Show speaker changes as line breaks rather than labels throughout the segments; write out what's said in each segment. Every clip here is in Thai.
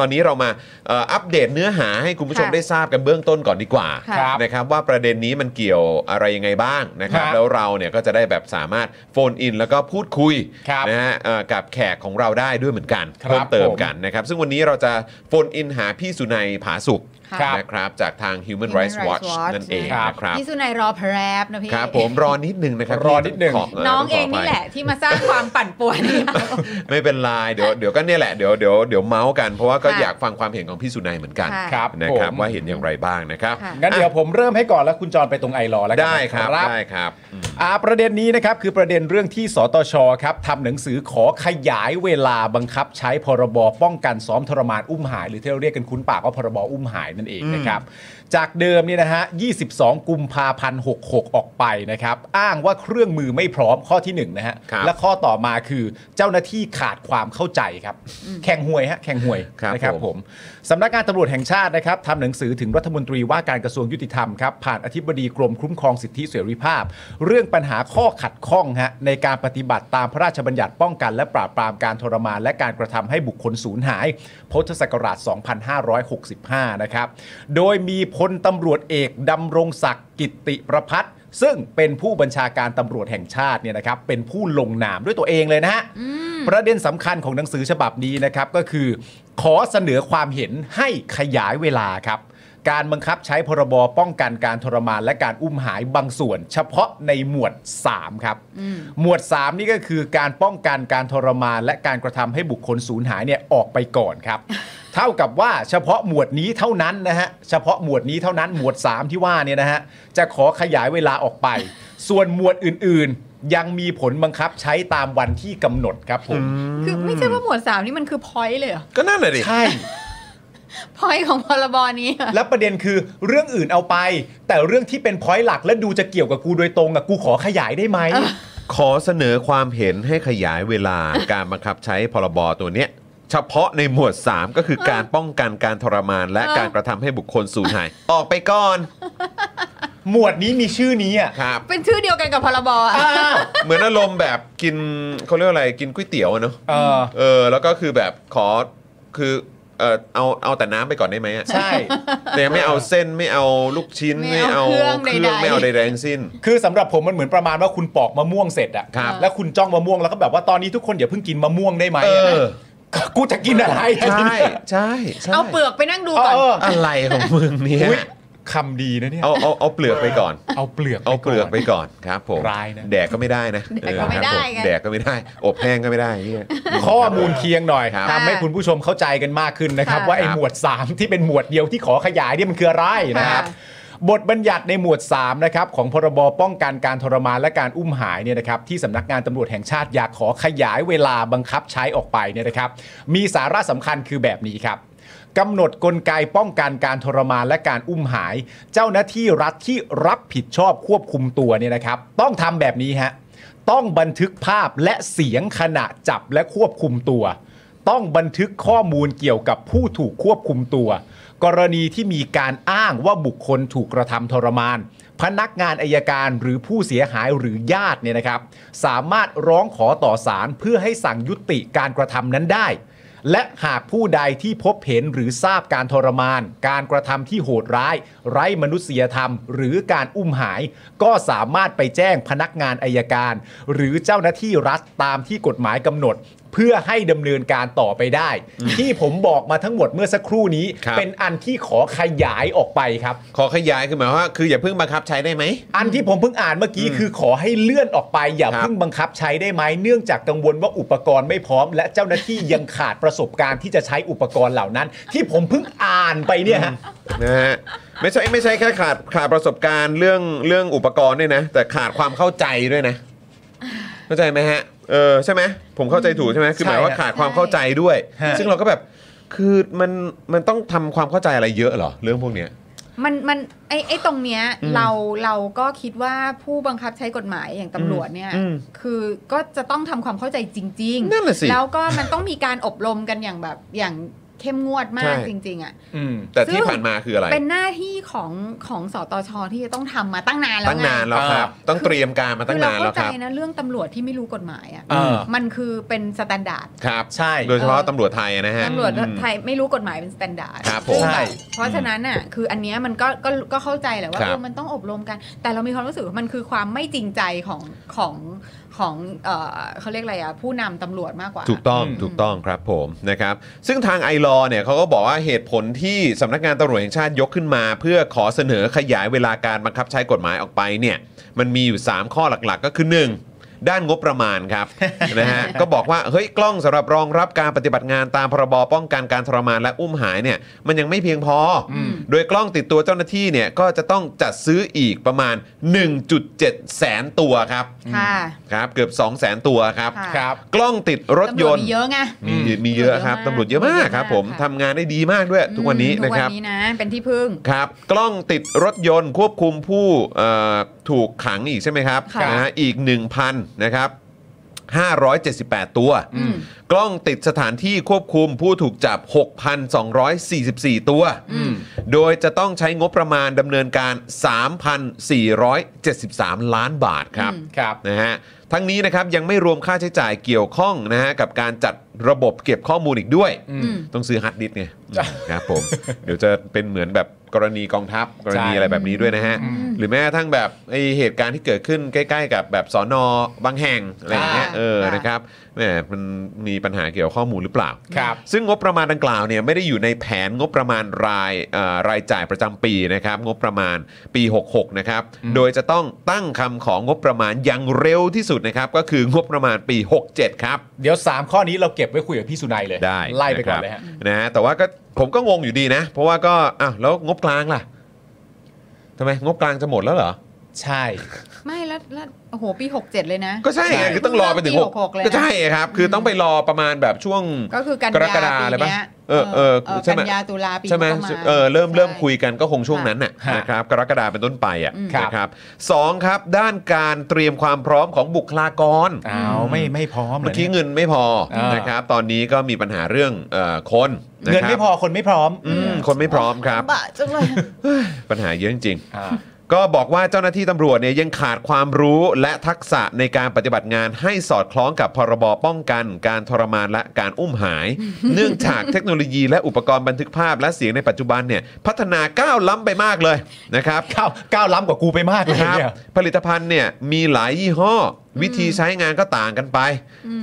ตอนนี้เรามาเอ่ออัปเดตเนื้อหาให้คุณผู้ชม
ค่ะ
ได้ทราบกันเบื้องต้นก่อนดีกว่า
ครับ
นะครับว่าประเด็นนี้มันเกี่ยวอะไรยังไงบ้างนะครับ
ครับ
แล้วเราเนี่ยก็จะได้แบบสามารถโฟนอินแล้วก็พูดคุย
ครับ
นะฮะเอ่อกับแขกของเราได้ด้วยเหมือนกัน
ครับ
เพิ่มเติม
ผม
กันนะครับซึ่งวันนี้เราจะโฟนอินหาพี่สุนัยผาสุก
ครับ
นะครับจากทาง Human
Human
Rights
Rights
Watch
Watch
นั่นเอง
ครับ
นะครับ
พี่สุนัยรอแพรบนะพี่
ครับผมรอนิดนึงนะครับ
รอนิดนึง
ข
น้องเอง
ขภัย
นี่แหละที่มาสร้างความปั่นป่วน
ไม่เป็นไรเดี๋ยวเดี๋ยวก็เนี่ยแหละเดี๋ยวเดี๋ยวเดี๋ยวเมาส์กันเพราะว่าก็
ค่ะ
อยากฟังความเห็นของพี่สุนัยเหมือนกัน
ค่ะ
ครับ
นะครับ
ผม
ว่าเห็นอย่างไรบ้างนะครับ
ค่ะ
งั้นเดี๋ยวผมเริ่มให้ก่อนแล้วคุณจรไปตรงไอรอว์แล้วกัน
ได้
นะ
ครับได้ครับ
อ่าประเด็นนี้นะครับคือประเด็นเรื่องที่สตชครับทำหนังสือขอขยายเวลาบังคับใช้พรบป้องกันซ้อมทรมานอุ้มหาย หรือที่เราเรียกกันคุ้นปากว่าพรบอุ้มหายนั่นเองนะครับจากเดิมเนี่ยนะฮะ 22 กุมภาพันธ์ 66 ออกไปนะครับอ้างว่าเครื่องมือไม่พร้อมข้อที่1นะฮะ
ครับ
และข้อต่อมาคือเจ้าหน้าที่ขาดความเข้าใจครับแข่งหวยฮะแข่งหวย
ครับ
นะครับ
ผม
ผมสำนักงานตำรวจแห่งชาตินะครับทำหนังสือถึงรัฐมนตรีว่าการกระทรวงยุติธรรมครับผ่านอธิบดีกรมคุ้มครองสิทธิเสรีภาพ เรื่องปัญหาข้อขัดข้องฮะในการปฏิบัติตามพระราชบัญญัติป้องกัน และปราบปรามการทรมาน และการกระทำให้บุคคลสูญหายพุทธศักราช 2565 นะครับโดยมีพลตำรวจเอกดำรงศักดิ์กิตติประพัฒน์ซึ่งเป็นผู้บัญชาการตำรวจแห่งชาติเนี่ยนะครับเป็นผู้ลงนามด้วยตัวเองเลยนะฮะ ประเด็นสำคัญของหนังสือฉบับนี้นะครับก็คือ ขอเสนอความเห็นให้ขยายเวลาครับ การบังคับใช้พรบป้องกันการทรมานและการอุ้มหายบางส่วน เฉพาะในหมวด 3 ครับ หมวด 3 นี่ก็คือการป้องกันการทรมานและการกระทำให้บุคคลสูญหายเนี่ยออกไปก่อน ครับ เท่ากับว่าเฉพาะหมวดนี้เท่านั้นนะฮะเฉพาะหมวดนี้เท่านั้นหมวด 3 ที่ว่าเนี่ยนะฮะจะขอขยายเวลาออกไป ส่วนหมวดอื่นๆ ยังมีผลบังคับใช้ตามวันที่กำหนดครับผม
คือไม่ใช่ว่าหมวดสามนี่มันคือพอยต์เลยเหรอ
ก็นั่นแหละดิ
ใช่
พอยต์ของพรบนี้เหรอ
แล้วประเด็นคือเรื่องอื่นเอาไป แต่เรื่องที่เป็นพอยต์หลักและดูจะเกี่ยวกับกูโดยตรงอะกูขอขยายได้ไหม
ขอเสนอความเห็นให้ขยายเวลา การบังคับใช้พรบตัวเนี้ยเฉพาะในหมวด 3 ก็คือการป้องกันการทรมาน และการกระทำให้บุคคลสูญหาย ออกไปก่อน
หมวดนี้มีชื่อนี้อะ
ครับ
เป็นชื่อเดียวกันกับพรบอ่ะ
อ้าว
เหมือนอารมณ์แบบกินเขาเรียกว่าอะไรกินก๋วยเตี๋ยวอะเนอะ
เออ
เออแล้วก็คือแบบขอคือเออเอาเอาแต่น้ำไปก่อนได้ไหมอะ
ใช่
แต่ไม่เอาเส้นไม่เอาลูกชิ้น
ไม่
ไม่เอา
เอา
เค
เครื่อง
รื่อง
ใดๆ
ไม่เอาใดๆทั้งสิ้น
คือสำหรับผมมันเหมือนประมาณว่าคุณปอกมะม่วงเสร็จอะ
ครับ
แล้วคุณจ้องมะม่วงแล้วก็แบบว่าตอนนี้ทุกคนอย่าเพิ่งกินมะม่วงได้ไหม
เออ
กูจะกินอะไรอะ
ใช่
ทีเนี้ย
ใช่ใช่
เอาเปลือกไปนั่งดู
เอ
ก่อน
อ
อะไรของมึงเนี่ย
อุ๊ยคำดีนะเนี่ย
เอาเอาเอาเปลือกไปก่อน
เอาเปลือก
เอาเปลือกไปก่อนครับผม
ร้ายนะ
แดกก็ไม่ได้นะ
แต่ก็ไม่
เอ
ได้
อ
ไง
ครับผมแดกก็ไม่ได้ อบแห้งก็ไม่ได้เหี้ย
ข้อมูลเคียงหน่อย
ครับ
ทำให้คุณผู้ชมเข้าใจกันมากขึ้นนะครับ
ค่ะ
ว่าไอ้
ครับ
หมวด 3 ที่เป็นหมวดเดียวที่ขอขยายเนี่ยมันคืออะไรนะครับ
ค่ะ
บทบัญญัติในหมวด 3 นะครับ ของพรบป้องกันการทรมานและการอุ้มหายเนี่ยนะครับที่สำนักงานตำรวจแห่งชาติอยากขอขยายเวลาบังคับใช้ออกไปเนี่ยนะครับ มีสาระสำคัญคือแบบนี้ครับกำหนดกลไกป้องกันการทรมานและการอุ้มหาย เจ้าหน้าที่รัฐที่รับผิดชอบควบคุมตัวเนี่ยนะครับ ต้องทำแบบนี้ฮะต้องบันทึกภาพและเสียงขณะจับและควบคุมตัว ต้องบันทึกข้อมูลเกี่ยวกับผู้ถูกควบคุมตัว กรณีที่มีการอ้างว่าบุคคลถูกกระทำทรมาน พนักงานอายการหรือผู้เสียหายหรือญาติเนี่ยนะครับ สามารถร้องขอต่อศาลเพื่อให้สั่งยุติการกระทำนั้นได้ และหากผู้ใดที่พบเห็นหรือทราบการทรมาน การกระทำที่โหดร้าย ไร้มนุษยธรรม หรือการอุ้มหาย ก็สามารถไปแจ้งพนักงานอายการ หรือเจ้าหน้าที่รัฐตามที่กฎหมายกำหนด เพื่อให้ดำเนินการต่อไปได้ ที่ผมบอกมาทั้งหมดเมื่อสักครู่นี้
ครับ
เป็นอันที่ขอขยายออกไปครับ
ขอขยายคือหมายความว่าคืออย่าเพิ่งบังคับใช้ได้ไหม
อันที่ผมเพิ่งอ่านเมื่อกี้คือขอให้เลื่อนออกไป อย่า
ครับ
เพิ่งบังคับใช้ได้ไหมเนื่องจากกังวลว่าอุปกรณ์ไม่พร้อม และเจ้าหน้าที่ยังขาดประสบการณ์ที่จะใช้อุปกรณ์เหล่า นั้น ที่ผมเพิ่งอ่านไปเนี่ยฮะ
นะฮะไม่ใช่ไม่ใช่แค่ขาดขาดประสบการณ์เรื่องเรื่องอุปกรณ์ด้วยนะ แต่ขาดความเข้าใจด้วยนะ เข้าใจไหมฮะเออใช่ไหมผมเข้าใจถูกใช่ไหมคือหมายว่า
ใช่ฮะ
ขาดความเข้าใจด้วย
ฮะ
ซึ่งเราก็แบบคือมันมันต้องทำความเข้าใจอะไรเยอะเหรอเรื่องพวกเนี้ย
มันมันไอ้ไอ้ตรงเนี้ยเราเราก็คิดว่าผู้บังคับใช้กฎหมายอย่างตำรวจเนี่ย
อืม
คือก็จะต้องทำความเข้าใจจริง
นั่นน่ะสิ
แล้วก็มันต้องมีการอบรมกันอย่างแบบอย่าง เข้มงวดมา
ใช่
กจริง ๆอ่ะ
อืม
แต่ที่ผ่านมาคืออะไร
เป็นหน้าที่ของของสตชที่จะต้องทำมาตั้งนานแล้ว
ตั้ง
ไง
นานแล้วครับ
เออ
ต้องเตรียมการมาตั้
คื
ง
อเรา
นาน
เข้า
แล้วค
ใจ
รับ
นะเรื่องตำรวจที่ไม่รู้กฎหมายอ่ะ
เออ
มันคือเป็นสแตนดาร์ด
ครับ
ใช่
โดยเฉพาะ
เออ
ตำรวจไทยนะฮะ
ตำรวจไทยไม่รู้กฎหมายเป็นสแตนดาร์ด
ครับผม
ซึ่งแบบ
ใช่
เพราะฉะนั้นน่ะคืออันเนี้ยมันก็ก็ก็เข้าใจแหละว่า
ครับ
เออมันต้องอบรมกัน แต่เรามีความรู้สึกว่ามันคือความไม่จริงใจของของของเออเขาเรียกอะไรอ่ะผู้นำตำรวจมากกว่า
ถูกต้อง
อืม
ถูกต้องครับผมนะครับ ซึ่งทางไอรอว์เนี่ยเขาก็บอกว่าเหตุผลที่สำนักงานตำรวจแห่งชาติยกขึ้นมา เพื่อขอเสนอขยายเวลาการบังคับใช้กฎหมายออกไปเนี่ยมันมีอยู่ 3 ข้อหลักๆ ก็คือ 1. ด้านงบประมาณครับ นะฮะก็บอกว่าเฮ้ยกล้องสำหรับรองรับการปฏิบัติงานตามพรบป้องกันการทรมานและอุ้มหายเนี่ยมันยังไม่เพียงพออ
ม
โดยกล้องติดตัวเจ้าหน้าที่เนี่ยก็จะต้องจัดซื้ออีกประมาณ 1.7 แสนตัวครับ
ค่ะ
ครับเกือบ 2 0 0 0 0 0ตัวครับ
ะ
ครับ
กล้องติดรถ
ตำ
ย
รวจ
น
มี
ต์
เยอะไง
มี
อืม
มีเยอะครับตำรวจเยอะมากครับ ผม
ค่ะ
ทำงานได้ดีมากด้วย ทุกวันนี้
อืม
นะครับ
ทุกวันนี้นะเป็นที่พึ่ง
ครับ กล้องติดรถยนต์ควบคุมผู้เอ่อถูกขังอีกใช่ไหมครับ
ค่ะ
นะฮะอีก 1,000นะครับ578 ตัว
อืม
กล้องติดสถานที่ควบคุมผู้ถูกจับ 6,244 ตัว
อืม
โดยจะต้องใช้งบประมาณดำเนินการ 3,473 ล้านบาทครับ
อืม
ครับ
นะฮะทั้งนี้นะครับยังไม่รวมค่าใช้จ่ายเกี่ยวข้องนะฮะกับการจัดระบบเก็บข้อมูลอีกด้วย
อืม
ต้องซื้อฮาร์ดดิสก์ไง
จ้ะ
ครับผม เดี๋ยวจะเป็นเหมือนแบบกรณีกองทัพกรณีอะไรแบบนี้ด้วยนะฮะ
อืม
หรือแม้กระทั่งแบบไอเหตุการณ์ที่เกิดขึ้นใกล้ๆ กับแบบสอนอบางแห่งอะไรอย่างเงี้ย
อ่า
เออ
ค่ะ
นะครับแหมมันมีปัญหาเกี่ยวกับข้อมูลหรือเปล่า
ครับ
ซึ่งงบประมาณดังกล่าวเนี่ยไม่ได้อยู่ในแผนงบประมาณรายเอ่อรายจ่ายประจำปีนะครับ งบประมาณปี 66 นะครับ
อืม
โดยจะต้องตั้งคำของงบประมาณอย่างเร็วที่สุดนะครับ ก็คืองบประมาณปี 67 ครับ
เดี๋ยว 3 ข้อนี้เราเก็บไว้คุยกับพี่สุนัยเลย
ได้
ไล่ไปก่อนะ เลย
ครั
ฮะ
บนะฮะแต่ว่าก็ผมก็งงอยู่ดีนะ เพราะว่าก็อ้าวแล้วงบกลางล่ะทำไมงบกลางจะหมดแล้วเหรอ
ใช่
ไม่แล้วแล้วโอ้โหปีหกเจ็ดเลยนะ
ก็ใช่ไง
ใช่
คือต้องรอไปถึง
ปี
หก
66เลยนะ
ก็ใช่ครับ คือต้องไปรอประมาณแบบช่วง
ก็คือกันยาก
รกฎา
ปี
อะไรปะ
เนี้ย
เออเออ
เออ
ใช่ไหม
กันยาตุลาปี
ใช่ไหม
ก็ประมาณ
เออเริ่มเริ่ม
ใช่
คุยกันก็คงช่วงนั้นน่ะ
ฮะ
นะครับกรกฎาเป็นต้นไปอ่ะ
อืม
นะครับสองครับ ด้านการเตรียมความพร้อมของบุคลากร
อ้าวไม่ไม่พร้อมหร
เมื่อกี้
นี่ย
เงินไม่พอ
อ่าน
นะครับ ตอนนี้ก็มีปัญหาเรื่องเอ่อคน
เงิ
นะค
น
รับ
ไม่พอคนไม่พร้อม
อืมคนไม่พร้อมครับ
ลำบากจังเลย
ปัญหาเยอะจริง
อ่า
ก็บอกว่าเจ้าหน้าที่ตำรวจเนี่ยยังขาดความรู้และทักษะในการปฏิบัติงานให้สอดคล้องกับพรบป้องกัน การทรมานและการอุ้มหาย เนื่องจากเทคโนโลยีและอุปกรณ์บันทึกภาพและเสียงในปัจจุบันเนี่ยพัฒนาก้าวล้ำไปมากเลยนะครับ
ก้าวก้าวล้ำกว่ากูไปมากเลย
ครับ
เนี่ย
ผลิตภัณฑ์เนี่ยมีหลายยี่ห้อ วิธีใช้งานก็ต่างกันไป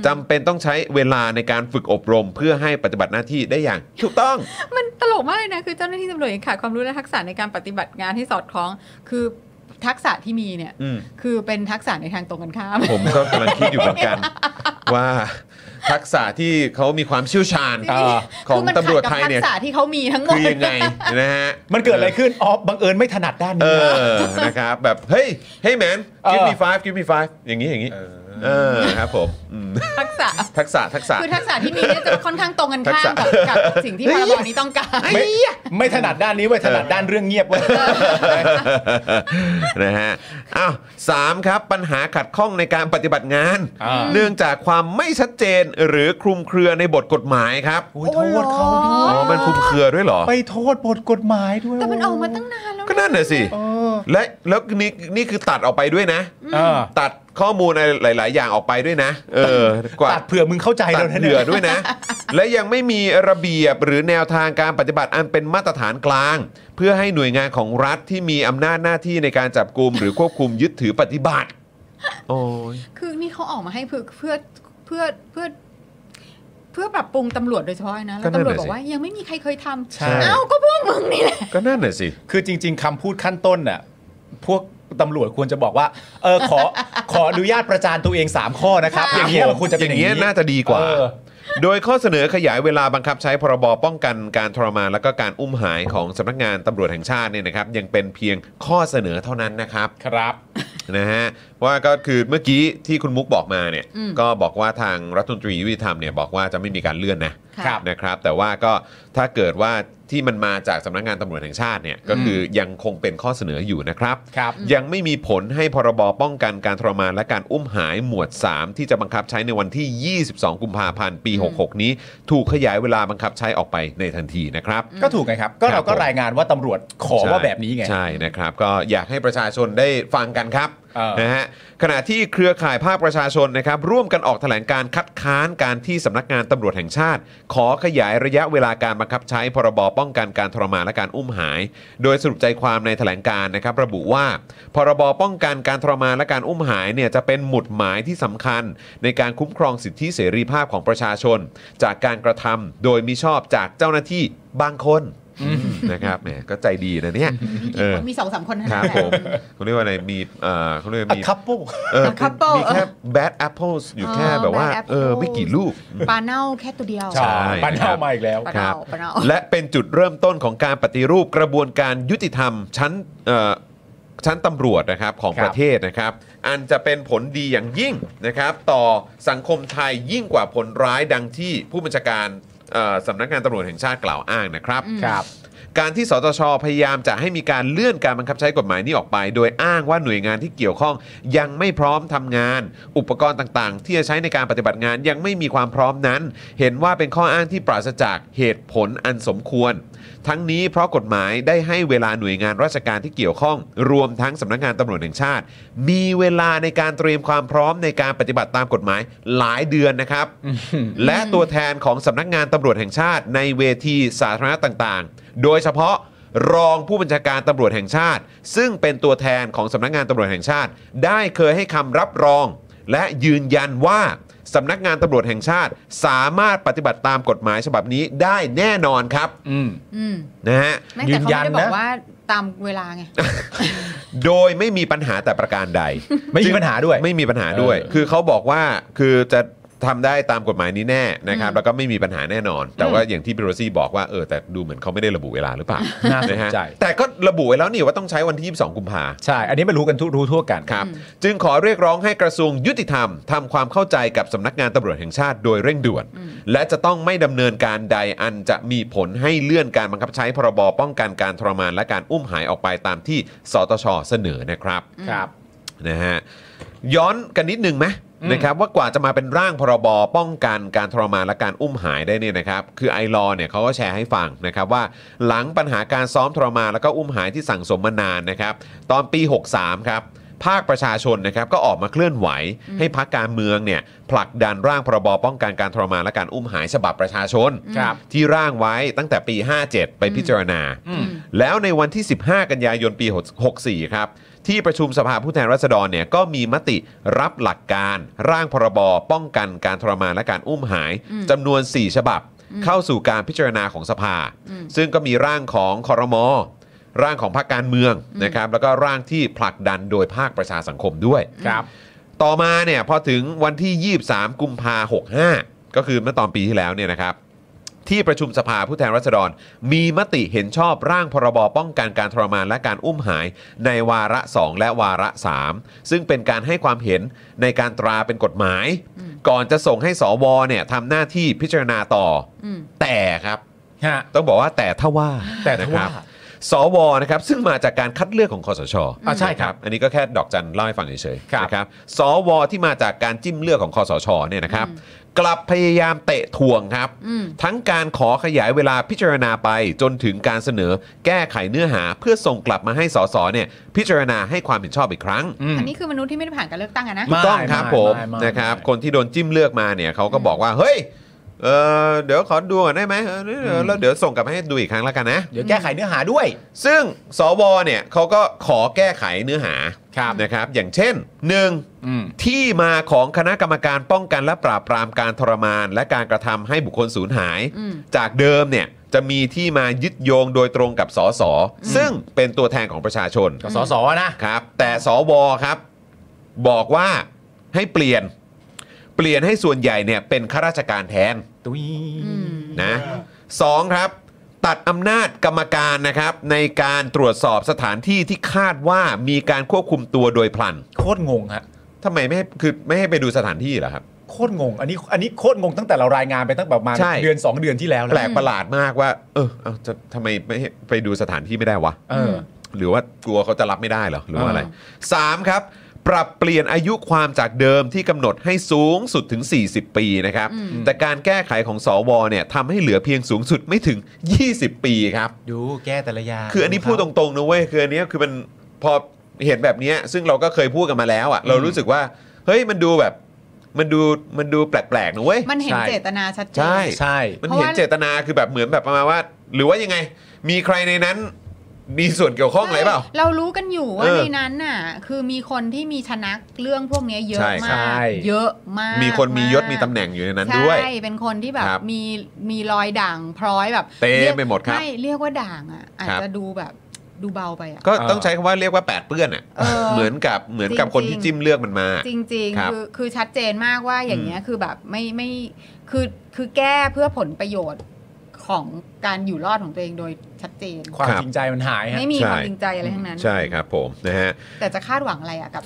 จำเป็นต้องใช้เวลาในการฝึกอบรม เพื่อให้ปฏิบัติหน้าที่ได้อย่าง ถูก ต้อง
มันตลกมากเลยนะ คือเจ้าหน้าที่ตำรวจยังขาดความรู้และทักษะในการปฏิบัติงานให้สอดคล้อง คือทักษะที่มีเนี่ย
อืม
คือเป็นทักษะในทางตรงกันข้าม
ผมก็กำลังคิดอยู่เหมือนกัน ว่าทักษะที่เขามีความเชี่ยวชาญ
อ่า
ของ
คืมัน
ตำรวจไทย
ขัดกับ
เนี่ย
ทักษะที่เขามีทั้งหม
คื
ด
อยังไงนะฮะ
มันเกิดอะไรขึ้นอ๋อบังเอิญไม่ถนัดด้าน
เอ
นี้
อนะครับแบบ เฮ้ย เฮ้ยแมน give me
เออ
five give me five อย่างนี้อย่างนี้เออครับผมอืม
ทักษะ
ทักษะทักษะ
คือทักษะที่มีเนี่ยจะค่อนข้างตรงกันข้าม
ทั
กับ
กษะ
กับสิ่งที่พรบนี้ต้องการ
ไม่ไม่ถนัดด้านนี้เว้ยถนัดด้านเรื่องเงียบเว้ย
นะฮะอ้าวสามครับปัญหาขัดข้องในการปฏิบัติงาน
อ่า
เนื่องจากความไม่ชัดเจนหรือคลุมเครือในบทกฎหมายครับ
โอ้ยโทษเขาด้
อ๋
ว
อยมันคลุมเครือด้วยเหรอ
ไปโทษบทกฎหมายด้วย
แต่มันออกมาตั้งนานแล้ว
ก็นั่นน่ะสิ
เออ
และแล้วนี่นี่คือตัดออกไปด้วยนะ
เออ
ตัดข้อมูลอะไรหลาย ๆ อย่างออกไปด้วยนะ เออกว่า
ตัดเผื่อมึงเข้าใจ
ตั
แล้ว
ด
นะ
เห
เนี่
ลือย ด้วยนะ และยังไม่มีระเบียบหรือแนวทางการปฏิบัติอันเป็นมาตรฐานกลาง เพื่อให้หน่วยงานของรัฐที่มีอำนาจหน้าที่ในการจับกลุ่มหรือควบคุมยึดถือปฏิบัติ โอ้ย
คือนี่เขาออกมาให้เพื่อเพื่อเพื่อเพื่อเพื่อปรับปรุงตำรวจโดยเฉพาะนะ แล้ว
ก็นั่น
ตำรวจ
น่ะ
บอก
สิ
ว่ายังไม่มีใครเคยทำ
ใช่
เอ้าก็พวกมึงนี่แหละ
ก็นั่นน่ะสิ
คือจริง ๆคำพูดขั้นต้นน่ะพวกตำรวจควรจะบอกว่าเออ ขอ ขออนุญาตประจานตัวเองสามข้อนะครับ
ครับ
อย่างเงี้ยเราควรจะเป็นอย่า
อ
งนี้
ย่างเงี้ยน่าจะดีกว่า
เออ
โดยข้อเสนอขยายเวลาบังคับใช้พรบป้องกันการทรมานและก็การอุ้มหายของสำนักงานตำรวจแห่งชาติเนี่ยนะครับ ยังเป็นเพียงข้อเสนอเท่านั้นนะครับ
ครับ
นะฮะว่าก็คือเมื่อกี้ที่คุณมุกบอกมาเนี่ย
อืม
ก็บอกว่าทางรัฐมนตรียุติธรรมเนี่ยบอกว่าจะไม่มีการเลื่อนนะ
ครั บ
นะครับ แต่ว่าก็ถ้าเกิดว่า ที่มันมาจากสำนักงานตำรวจแห่งชาติเนี่ยก็คือยังคงเป็นข้อเสนออยู่นะครับ
ครับ
ยังไม่มีผลให้พรบป้องกันการทรมานและการอุ้มหายหมวด 3 ที่จะบังคับใช้ในวันที่ 22 กุมภาพันธ์ ปี
อืม
66 นี้ ถูกขยายเวลาบังคับใช้ออกไปในทันทีนะครับ
ก็ถูกไงครับ ก็
ครั
เรา
บ
ก็
ผม
รายงานว่าตำรวจขอว่าแบบนี้ไง
ใช่นะครับ ก็อยากให้ประชาชนได้ฟังกันครับ
เออ
นะฮะขณะที่เครือข่ายภาคประชาชนนะครับ ร่วมกันออกแถลงการคัดค้านการที่สำนักงานตำรวจแห่งชาติ ขอขยายระยะเวลาการบังคับใช้พรบป้องกันการทรมานและการอุ้มหาย โดยสรุปใจความในแถลงการนะครับ ระบุว่า พรบป้องกันการทรมานและการอุ้มหายเนี่ยจะเป็นหมุดหมายที่สำคัญ ในการคุ้มครองสิทธิเสรีภาพของประชาชน จากการกระทำโดยมิชอบจากเจ้าหน้าที่บางคนนะครับแหมก็ใจดีนะเนี่ยเออ
มีสองสามคนเท่า
ครับผมเขา
นั้นแหละ
เรียกว่าอะไรมีเอ่อเขาเรียกว่า
A
มี
couple
เออ
A couple
มีแค่ bad apples อยู่แค่
อ๋อ
แบบว่า
bad apples
เออ ไม่กี่ลูก
ปลาเน่าแค่ตัวเดียว
ใช่
ปันเข้ามาอีกแล้ว
ปลา
ครั
เน่า
บ
ปลาเน่า
และเป็นจุดเริ่มต้นของการปฏิรูปกระบวนการยุติธรรมชั้นเอ่อชั้นตำรวจนะครับของ
ครั
ป
บ
ระเทศนะครับ อันจะเป็นผลดีอย่างยิ่งนะครับ ต่อสังคมไทยยิ่งกว่าผลร้ายดังที่ผู้บัญชาการเอ่อสำนักงานตำรวจแห่งชาติกล่าวอ้างนะครับ
ครับ
การที่สตชพยายามจะให้มีการเลื่อนการบังคับใช้กฎหมายนี้ออกไป โดยอ้างว่าหน่วยงานที่เกี่ยวข้อง ยังไม่พร้อมทำงาน อุปกรณ์ต่างๆ ที่จะใช้ในการปฏิบัติงานยังไม่มีความพร้อมนั้น เห็นว่าเป็นข้ออ้างที่ปราศจากเหตุผลอันสมควร ทั้งนี้เพราะกฎหมายได้ให้เวลาหน่วยงานราชการที่เกี่ยวข้อง รวมทั้งสำนักงานตำรวจแห่งชาติ มีเวลาในการเตรียมความพร้อมในการปฏิบัติตามกฎหมายหลายเดือนนะครับ และตัวแทนของสำนักงานตำรวจแห่งชาติ ในเวทีสาธารณะต่างๆ โดยเฉพาะรองผู้บัญชาการตำรวจแห่งชาติ ซึ่งเป็นตัวแทนของสำนักงานตำรวจแห่งชาติ ได้เคยให้คำรับรอง และยืนยันว่าสำนักงานตำรวจแห่งชาติ สามารถปฏิบัติตามกฎหมายฉบับนี้ได้แน่นอนครับ
อืม
อืม
นะฮะ
ไม่แต่เขา
ยืนยั
ไม่
น
ได้บอ
นะ
กว่าตามเวลาไง
โดยไม่มีปัญหาแต่ประการ ใด
ไม่มีปัญหาด้วย
ไม่มีปัญหาด้วย
เออ
คือเขาบอกว่าคือจะทำได้ตามกฎหมายนี้แน่นะครับ แล้วก็ไม่มีปัญหาแน่นอน แต่ว่าอย่างที่พี่โรซี่บอกว่าเออแต่ดูเหมือนเขาไม่ได้ระบุเวลาหรือเปล่า
น่าส
นะ
น
ฮะ
ใจ
แต่ก็ระบุไว้แล้วนี่ว่าต้องใช้วันที่ 22 กุมภา
ใช่ อันนี้ไม่รู้กันทุรู้ทั่วกัน
ครับ จึงขอเรียกร้องให้กระทรวงยุติธรรมทำความเข้าใจกับสำนักงานตำรวจแห่งชาติโดยเร่งด่วน และจะต้องไม่ดำเนินการใดอันจะมีผลให้เลื่อนการบังคับใช้พรบป้องกันการทรมานและการอุ้มหายออกไปตามที่สตชเสนอนะครับ
ครับ
นะฮะย้อนกันนิดนึงไหม
อืม
นะครับว่ากว่าจะมาเป็นร่างพรบป้องกันการทรมานและการอุ้มหายได้เนี่ยนะครับคือไอรอเนี่ยเขาก็แชร์ให้ฟังนะครับว่าหลังปัญหาการซ้อมทรมานและก็อุ้มหายที่สั่งสมมานานนะครับตอนปี 63ครับภาคประชาชนนะครับก็ออกมาเคลื่อนไหว ให้พักการเมืองเนี่ยผลักดันร่างพรบป้องกันการทรมานและการอุ้มหายฉบับประชาชน
ครับ
ที่ร่างไว้ตั้งแต่ปี 57 ไปพิจารณา
อืม
แล้วในวันที่ 15 กันยายนปี 64 ครับ ที่ประชุมสภาผู้แทนราษฎรเนี่ยก็มีมติรับหลักการ ร่างพรบป้องกันการทรมานและการอุ้มหายจำนวน 4 ฉบับ เข้าสู่การพิจารณาของสภา ซึ่งก็มีร่างของคอรมอร่างของภาคการเมืองนะครับแล้วก็ร่างที่ผลักดันโดยภาคประชาสังคมด้วย
ครับ
ต่อมาเนี่ยพอถึงวันที่ 23 กุมภา65 ก็คือเมื่อตอนปีที่แล้วเนี่ยนะครับ ที่ประชุมสภาผู้แทนราษฎร มีมติเห็นชอบร่างพรบป้องกันการทรมานและการอุ้มหาย ในวาระ 2 และวาระ 3 ซึ่งเป็นการให้ความเห็นในการตราเป็นกฎหมาย ก่อนจะส่งให้สวเนี่ยทำหน้าที่พิจารณาต่ออ
ม
แต่ครับ
ฮะ
ต้องบอกว่าแต่ถ้าว่า
แต่ถ้า
นะครั
ว่า
บสวนะครับซึ่งมาจากการคัดเลือกของคอสช
อ่าใช่ครับ
อันนี้ก็แค่ดอกจันเล่าให้ฟังเฉย
ครั
ๆ
บ
นะครับสวที่มาจากการจิ้มเลือกของคอสชเนี่ยนะครับ กลับพยายามเตะทวงครับ
อืม
ทั้งการขอขยายเวลาพิจารณาไปจนถึงการเสนอแก้ไขเนื้อหาเพื่อส่งกลับมาให้สสเนี่ยพิจารณาให้ความเห็นชอบอีกครั้ง
อืม
อันนี้คือมนุษย์ที่ไม่ได้ผ่านการเลือกตั้งอะนะ
ไม่
ถูกต้องครับผมนะครับคนที่โดนจิ้มเลือกมาเนี่ยเขาก็บอกว่า เฮ้ยเออเดี๋ยวขอดูก่อนได้ไหมเออเดี๋ยวเดี๋ยวแล้วเดี๋ยวส่งกลับมาให้ดูอีกครั้งแล้วกันนะ
เดี๋ยวแก้ไขเนื้อหาด้วย
ซึ่งสวเนี่ยเขาก็ขอแก้ไขเนื้อหา
ครับ
นะครับ อย่างเช่น 1.
อืม
ที่มาของคณะกรรมการป้องกันและปราบปรามการทรมาน และการกระทำให้บุคคลสูญหาย
อืม
จากเดิมเนี่ยจะมีที่มายึดโยงโดยตรงกับสสซึ่งเป็นตัวแทนของประชาชน
ก็สสนะ
ครับแต่สอวอครับบอกว่าให้เปลี่ยน เปลี่ยนให้ส่วนใหญ่เนี่ยเป็นข้าราชการแทน
ตุ้ย
อืม
นะสองครับ ตัดอำนาจกรรมการนะครับ ในการตรวจสอบสถานที่ที่คาดว่ามีการควบคุมตัวโดยพลัน
โคตรงงฮะ
ทำไมไม่ให้คือไม่ให้ไปดูสถานที่เหรอครับ
โค โคตรงง อันนี้อันนี้โคตรงงตั้งแต่เรารายงานไปตั้งประมาณ
ใช่
เดือน 2 เดือนที่แล้ว
แปลกประหลาดมากว่า เออเอาจะทำไมไม่ให้ไปดูสถานที่ไม่ได้วะ
เออ
หรือว่ากลัวเขาจะรับไม่ได้เหรอ หรือว่าอะไร
อ่
สามครับ ปรับเปลี่ยนอายุความจากเดิมที่กำหนดให้สูงสุดถึง 40 ปีนะครับ
อืม
แต่การแก้ไขของสวเนี่ยทำให้เหลือเพียงสูงสุดไม่ถึง 20 ปีครับ
ดูแก้แต่ละอย่าง
คืออันนี้พูดตรงๆนะเว้ยคืออันเนี้ยคือมันพอเห็นแบบเนี้ยซึ่งเราก็เคยพูดกันมาแล้วอะ่ะ เรารู้สึกว่า เฮ้ยมันดูแบบ มันดูมันดูแปลกๆนะเว้ย
มันเห็น
ใช่
เจตนาชัดเจ
ใช่
น
ใช่
มันเห็นเจตนาคือแบบเหมือนแบบประมาณว่า หรือว่ายังไง มีใครในนั้น มีส่วนเกี่ยวข้องอะไรเปล่า
เรารู้กันอยู่ว่า
เออ
ในนั้นน่ะ คือมีคนที่มีชนักเรื่องพวกเนี้ยเยอะ
ใช่
มา
ใช่
ก เยอะมาก
มีคนมียศ
าก
มีตำแหน่งอยู่ในนั้นด้วย
ใช่เป็นคนที่แบบ
ครับ
มีมีรอยด่างพร้อยแบบ
เต็ม
รียก
ไปหมดครับ
ไม่เรียกว่าด่างอ่ะอาจ
ครับ
จะดูแบบดูเบาไปอ่ะ
ก็
เออ
ต้องใช้คำว่าเรียกว่าแปดเปื้อนอ่ะ
เออ
เหมือนกับเหมือนกับคนที่
จริงๆ
จิ้มเลือกมันมา
จริง
ครั
ๆ
บ
คือคือชัดเจนมากว่าอย่างเงี้ยคือแบบไม่ไม่คือคือแก้เพื่อผลประโยชน์ของการอยู่รอดของตัวเองโดยชัดเจน
ความ
ครับ
จริงใจมันหายฮะ
ไม่มี
ใช่
ความจริงใจอะไรทั้งนั้น
ใช่ครับผมนะฮะ
แต่จะคาดหวังอะไรอ่ะกับ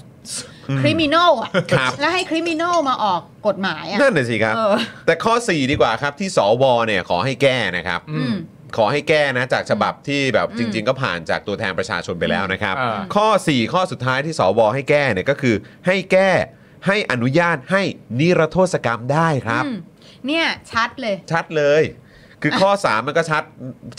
อืม
คริมินอลอ่ะ
ครับ
แล้วให้คริมินอลมาออกกฎหมายอ่ะ
นั่นน่ะสิครับ
เออ
แต่ข้อ 4 ดีกว่าครับที่สวเนี่ยขอให้แก้นะครับ
อื
อืม
ขอให้แก้นะจากฉบับที่แบบ
อืม
จริง ๆ ก็ผ่านจากตัวแทนประชาชนไปแล้วนะครับ
อ่า
ข้อ 4 ข้อสุดท้ายที่สวให้แก้เนี่ยก็คือให้แก้ให้อนุญาตให้นิรโทษกรรมได้ครับ
อืมเนี่ยชัดเลย
ชัดเลย คือข้อ 3 มันก็ชัด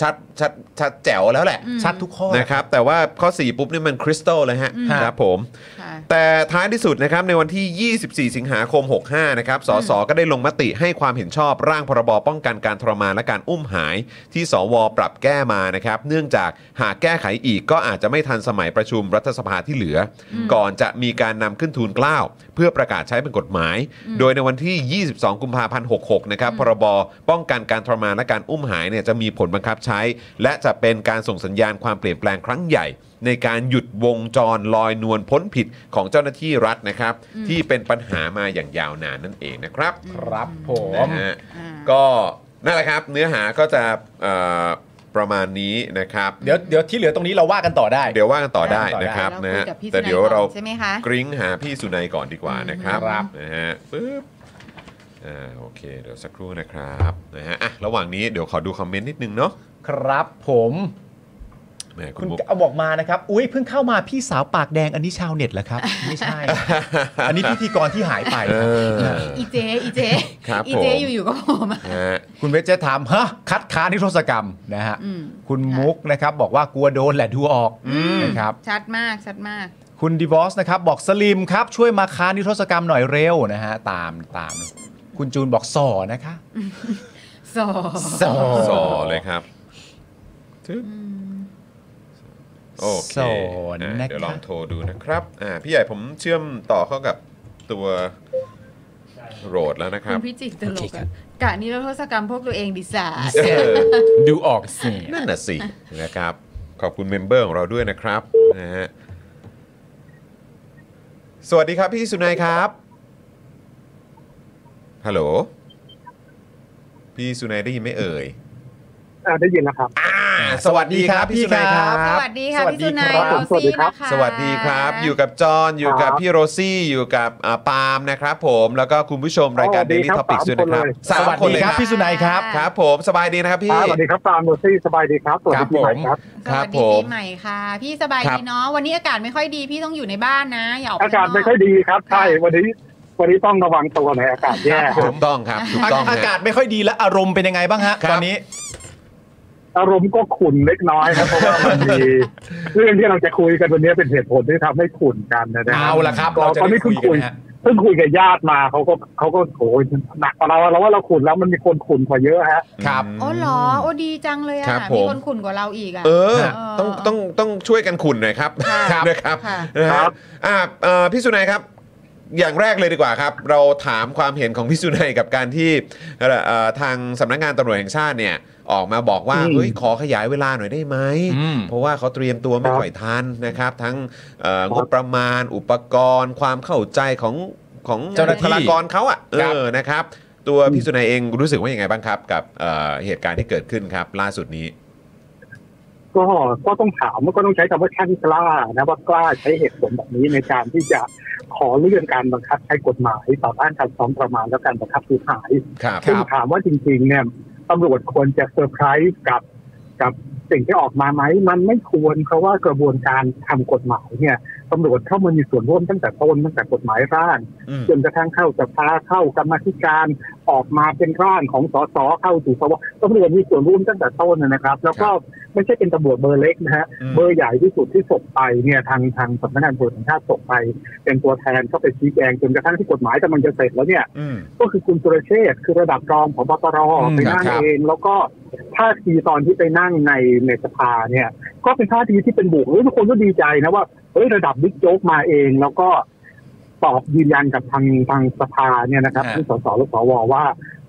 ชัดชัดชัดแจ๋วแล้วแหละ
อืม
ชัดทุกข้อ
นะครับแต่ว่าข้อ 4 ปุ๊บเนี่ยมันคริสตัลเลยฮะ
อืม
ครับผม
ค่ะ
แต่ท้ายที่สุดนะครับในวันที่ 24 สิงหาคม 65 นะครับสสก็ได้ลงมติให้ความเห็นชอบร่างพรบป้องกันการทรมานและการอุ้มหาย ที่สวปรับแก้มานะครับเนื่องจากหากแก้ไขอีกก็อาจจะไม่ทันสมัยประชุมรัฐสภาที่เหลืออ
ม
ก่อนจะมีการนำขึ้นทูลเกล้าเพื่อประกาศใช้เป็นกฎหมาย
อืม
โดยในวันที่ 22 กุมภาพันธ์ 66 นะครับ พรบ ป้องกันการทรมานและการอุ้มหายเนี่ยจะมีผลบังคับใช้ และจะเป็นการส่งสัญญาณความเปลี่ยนแปลงครั้งใหญ่ ในการหยุดวงจรลอยนวลพ้นผิดของเจ้าหน้าที่รัฐนะครับ ที่เป็นปัญหามาอย่างยาวนานนั่นเองนะครับ
ครับผม
นะฮะ
อ่า
ก็นั่นแหละครับ เนื้อหาก็จะเอ่อประมาณนี้นะครับ
เดี๋ยวเดี๋ยวที่เหลือตรงนี้เราว่ากันต่อได้
เดี๋ยวว่ากันต่อได้
ได้
นะครับ
เรา
นะ
คุย
ฮะ
กับพี่
แต่
สุนัย
เดี๋ยวเรา
ก่อนใช่ไหมคะ
กริ้งหาพี่สุนัยก่อนดีกว่านะครับ
ครับ
นะฮะปึ๊บอ่าโอเค เดี๋ยวสักครู่นะครับนะฮะอ่ะระหว่างนี้เดี๋ยวขอดูคอมเมนต์นิดนึงเนาะ
ครับผม
แหมคุ
คุณ ณ
มุก
เอาบอกมานะครับ อุ้ยเพิ่งเข้ามาพี่สาวปากแดงอันนี้ชาวเน็ตเหรอครับ ไม่ใช่ อันนี้พิธีกรที่หายไป
เอ
ครับ
อ
อีเจอีเจ
ครับ
อีเจ
ผม
อยู่ๆก็โผล่มา
นะฮะ
คุณเวชจะถามฮะคัดค้านนิรโทษกรรมนะฮะ
อืม
คุณมุกนะครับบอกว่ากลัวโดนแหละดูออกนะครับ
ชัดมากชัดมาก
คุณดีวอสนะครับบอกสลิมครับ ช่วยมาค้านนิรโทษกรรมหน่อยเร็วนะฮะตามตาม คุณจูนบอกสอนะคะ
สอ
สอ
สอเลยครับทึบโอเค
สอ
อ่ะ
นะ
เดี๋ยว
ค
ล
รั
อบ งโทรดูนะครับอ่าพี่ใหญ่ผมเชื่อมต่อเข้ากับตัวโรดแล้วนะค
คุ
รับ
ณพิจิตรตลกอะกะนี้เราโทษกรรมพวกตัวเองดิสา
เออ
ดูออกสิ
นั่นน่ะสิ นะครับ ขอบคุณเมมเบอร์ของเราด้วยนะครับนะฮะสวัสดีครับพี่สุนัยครับฮัลโหลพี่สุนัยได้ยินไหมเอ่ย
อ่าได้ยินนะครับ
อ่าสวัสดีครับพี่สุนัยครับ
สวัสดีค่ะพี่สุนัย
สวัสดีครับ
โรซี่นะคะ
สวัสดีครับ
สวัสดีครับ อยู่กับจอห์นอยู่กับพี่โรซี่ อยู่กับอ่าปาล์มนะครับผม แล้วก็คุณผู้ชมรายการ
สวัสดี
Daily
ครับ
Topics ด้วยนะครับ
สวัส
คน
ดี
เลย
ครับพี่สุนัยครับ
ครับผมสบายดีนะครับพี่
ครับสวัสดีครับปาล์มโรซี่สบายดีครับสวัส
ครับ
ดีปีใหม่
ผม
ครับ
สวัสดี
ครับผม
ปีใหม่ค่ะ พี่สบาย
ครั
ดี
บ
เนาะวันนี้อากาศไม่ค่อยดีพี่ต้องอยู่ในบ้านนะ อย่าออกป
อากาศ
ข้
ไม่
งน
ค่อยดีครับ ใช่ วันนี้ วันนี้ต้องระวังตัวหน่อยอากาศแย่
ถูกต้องครับถูกต้อง
อา
ฮะ
กาศไม่ค่อยดีและอารมณ์เป็นยังไงบ้างฮะ
ครับ
ตอนนี้
อารมณ์ก็ขุ่นเล็กน้อยครับ เพราะว่ามันมีเรื่องที่เราจะคุยกันวันนี้เป็นเหตุผลที่ทำให้ขุ่นกันนะนะ
เอาละครับ เราจะ
ตอน
ได้
นี้
คุยกั
เพิ่งคุ
น
ย
นะฮะ
เพิ่งคุยกับญาติมาเขาก็เขาก็โอยหนักกว่าเราเราว่าเราขุ่นแล้วมันมีคนขุ่นกว่าเยอะฮะ
ครับ
อ๋อเหรอโอ้ดีจังเลยอะ
ครับผม
มีคนขุนกว่าเราอีกอะ
เออ
เออ
ต้องต้องต้องช่วยกันขุนหน่อยครับ
ค่ะ
ครับ
นะครับ
ค่ะ
นะ
ค
ฮะ
รับ
อ่าเอ่อพี่สุนัยครับ อย่างแรกเลยดีกว่าครับ เราถามความเห็นของพี่สุนัยกับการที่เอ่อเอ่อทางสำนักงานตำรวจแห่งชาติเนี่ย ออกมาบอกว่า
อืม
เฮ้ยขอขยายเวลาหน่อยได้ไหม
อืม
เพราะว่าเขาเตรียมตัวไม่
ครับ
ค่อยทันนะครับ ทั้งเอ่องบประมาณอุปกรณ์ ความเข้าใจของของ
เจ้าหน้าที่
บุคลากรเขาอ่ะเอ
ครับ
อนะครับ ตัวพี่สุนัยเองรู้สึกว่ายังไงบ้างครับ กับเอ่อเหตุการณ์ที่เกิดขึ้นครับ ล่าสุดนี้
ก็ก็ต้องถามว่าก็ต้องใช้คำว่าช่างกล้านะว่ากล้าใช้เหตุผลแบบนี้ในการที่จะ ขอเลื่อนการบังคับใช้กฎหมายต่อต้านการซ้อมประมาณและการบังคับผู้ขาย
ครับ
ซึ่งถามว่าจริงๆเนี่ยตำรวจควรจะเซอร์ไพรส์กับกับสิ่งที่ออกมาไหมมันไม่ควรเพราะว่ากระบวนการทำกฎหมายเนี่ยตำรวจเข้ามามีส่วนร่วมตั้งแต่ต้นตั้งแต่กฎหมายร่าง
อืม
จนกระทั่งเข้าสภาเข้ากรรมาธิการออกมาเป็นร่างของสสเข้าสู่สวตำรวจมีส่วนร่วมตั้งแต่ต้นนะครับ แล้วก็ไม่ใช่เป็นตำรวจเบอร์เล็กนะฮะ
อืม
เบอร์ใหญ่ที่สุดที่ส่งไปเนี่ยทางทางสำนักงานตำรวจแห่งชาติส่งไป เป็นตัวแทนก็ไปชี้แจงจนกระทั่งที่กฎหมายกำลังจะเสร็จแล้วเนี่ย
อืม
ก็คือคุณสุรเชษฐ์คือระดับรองผบตร
อืม
ไปนั่ง
ครับ
เองแล้วก็ท่าทีตอนที่ไปนั่งในในสภาเนี่ย ก็เป็นท่าทีที่เป็นบวกเฮ้ยทุกคนก็ดีใจนะว่าเฮ้ยระดับบิ๊กโจ๊กมาเอง แล้วก็ตอบยืนยันกับทางทางสภาเนี่ยนะครับ
ฮะ
ที่สสและสวว่า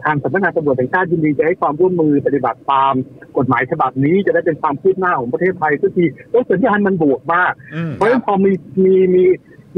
ทางสำนักงานตำรวจแห่งชาติยินดีจะให้ความร่วมมือปฏิบัติตามกฎหมายฉบับนี้จะได้เป็นความคืบหน้าของประเทศไทยสักทีแล้วสัญญาณมันบวกมาก
อืม
เพราะฉะนั้นพอมีมีมี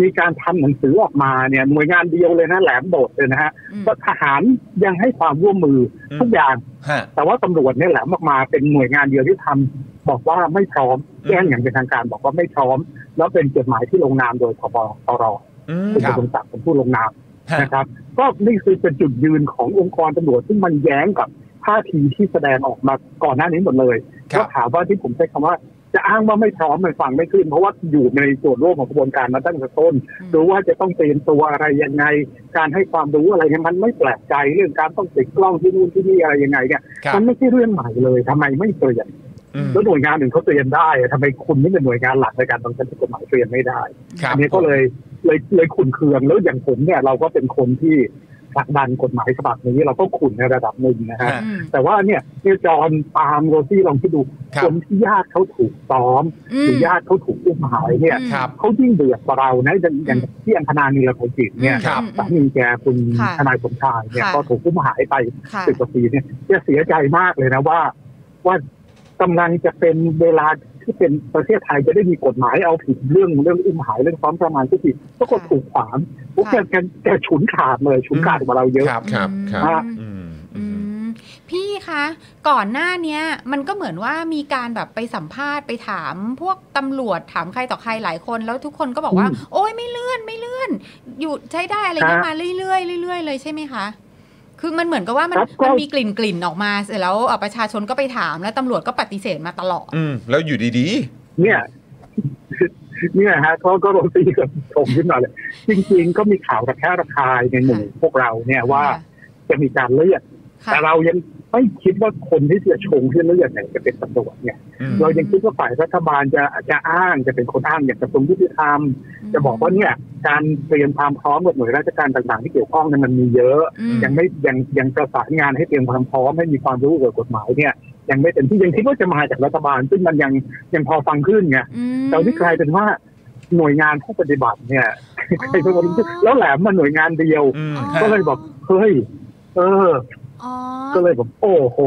มีการทำหนังสือออกมาเนี่ยหน่วยงานเดียวเลยนะแหลมโดดเลยนะฮะ
อืม
ก็ทหารยังให้ความร่วมมืออ
ม
ทุกอย่าง
ฮะ
แต่ว่าตำรวจเนี่ยแหลมออกมาเป็นหน่วยงานเดียวที่ทำบอกว่าไม่พร้อม
อืม
แจ้งอย่างเป็นทางการบอกว่าไม่พร้อม แล้วเป็นจดหมายที่ลงนามโดยพบตร
อืม
ซึ่ง
ค
ก
รับ
ระทรวงศักดิ์เป็นผู้ลงนาม
ฮะ
นะครับ ก็นี่คือเป็นจุดยืนขององค์กรตำรวจซึ่งมันแย้งกับท่าทีที่แสดงออกมาก่อนหน้านี้หมดเลย
ค
ก็
รับ
ถามว่าที่ผมใช้คำว่าจะอ้างว่าไม่พร้อมมันฟังไม่ขึ้น เพราะว่าอยู่ในส่วนร่วมของกระบวนการมาตั้งแต่ต้น
อืม
รู้ว่าจะต้องเตรียมตัวอะไรยังไง การให้ความรู้อะไรเนี่ยมันไม่แปลกใจเรื่องการต้องติดกล้องที่นู่นที่นี่อะไรยังไงเนี่ย
ครับ
มันไม่ใช่เรื่องใหม่เลยทำไมไม่เตรียม
อืม
แล้วหน่วยงานหนึ่งเขาเตรียมได้อะทำไมคุณนี่เป็นหน่วยงานหลักในการบังคับใช้กฎหมายเตรียมไม่ได้
ครับ
อันนี้ก็เลยเลยเลยขุนเคืองแล้วอย่างผมเนี่ยเราก็เป็นคนที่ผลักดันกฎหมายฉบับนี้เราก็ขุนในระดับหนึ่งนะฮะ
ฮะ
อืม
แต่ว่าเนี่ยเนี่ยจอห์นปาล์มโรซี่ลองคิดดู
ครับ
คนที่ญาติเขาถูกซ้อมหรือญาติเขาถูกอุ้มหายเนี่ย
อืม
ครับ
เขายิ่งเดือดกว่าเรานะอย่างอย่างที่อังคณานีรภัยจิตเนี่ย
ครับ
สามีแกคุณ
ค่ะ
ทนายสมชายเนี่ย
ค่ะ
ก็ถูกอุ้มหายไป
ค่ะ
สิบกว่าปีเนี่ยจะเสียใจมากเลยนะว่า ว่ากำลังจะเป็นเวลาที่เป็นประเทศไทยจะได้มีกฎหมายเอาผิดเรื่องเรื่องอุ้มหายเรื่องซ้อมประมาณสักทีปรากฏถูกขวางพวกแกแกแกฉุนขาดเลยฉุนขาดกว่าเราเยอะ
ครับ
ครับครับ
ฮะ
อืมอื
อื
ม
มพี่คะก่อนหน้าเนี้ย มันก็เหมือนว่ามีการแบบไปสัมภาษณ์ไปถาม พวกตำรวจถามใครต่อใครหลายคน แล้วทุกคนก็บอกว่า
อืม
โอ้ยไม่เลื่อนไม่เลื่อน อยู่ใช้ได้อะไรเงี้ย
ฮะ
มาเรื่อยๆเรื่อยๆเลยใช่ไหมคะ คือมันเหมือนกับว่ามัน
ครับก็
มันมีกลิ่นกลิ่นๆออกมาเสร็จแล้วเอ่อประชาชนก็ไปถามแล้วตำรวจก็ปฏิเสธมาตลอด
อืม แล้วอยู่ดี
เนี่ย เนี่ยฮะเขาก็โรตีกับผมขึ้นมาเลย จริงๆ ก็มีข่าวระแคะระคายในหมู่พวกเราเนี่ยว่าจะมีการเลือก
ค่ะ
แต่เรายังไม่คิดว่าคนที่จะชงที่เลือกเนี่ยจะเป็นตำรวจเนี่ย
ๆอืม
เรายังคิดว่าฝ่ายรัฐบาลจะจะอ้างจะเป็นคนอ้างอย่างกระทรวงยุติธรรม จะบอกว่าเนี่ย การเตรียมความพร้อมกับหน่วยราชการต่าง ๆ ที่เกี่ยวข้องเนี่ยมันมีเยอะ
อืม
ยังไม่ยังยังประสานงานให้เตรียมความพร้อมให้มีความรู้เกี่ยวกับกฎหมายเนี่ยยังไม่เต็มที่ยังคิดว่าจะมาจากรัฐบาล ซึ่งมันยังยังพอฟังขึ้นไง แต่ที่กลายเป็นว่าหน่วยงานผู้ปฏิบัติเนี่ย
อ๋อ
ใครเป็นคนที่แล้วแหลมมันหน่วยงานเดียว
อืม
อ๋อ
ก็เลยบอกเฮ้ยเออ
อ๋อ
ก็เลยแบบโอ้โห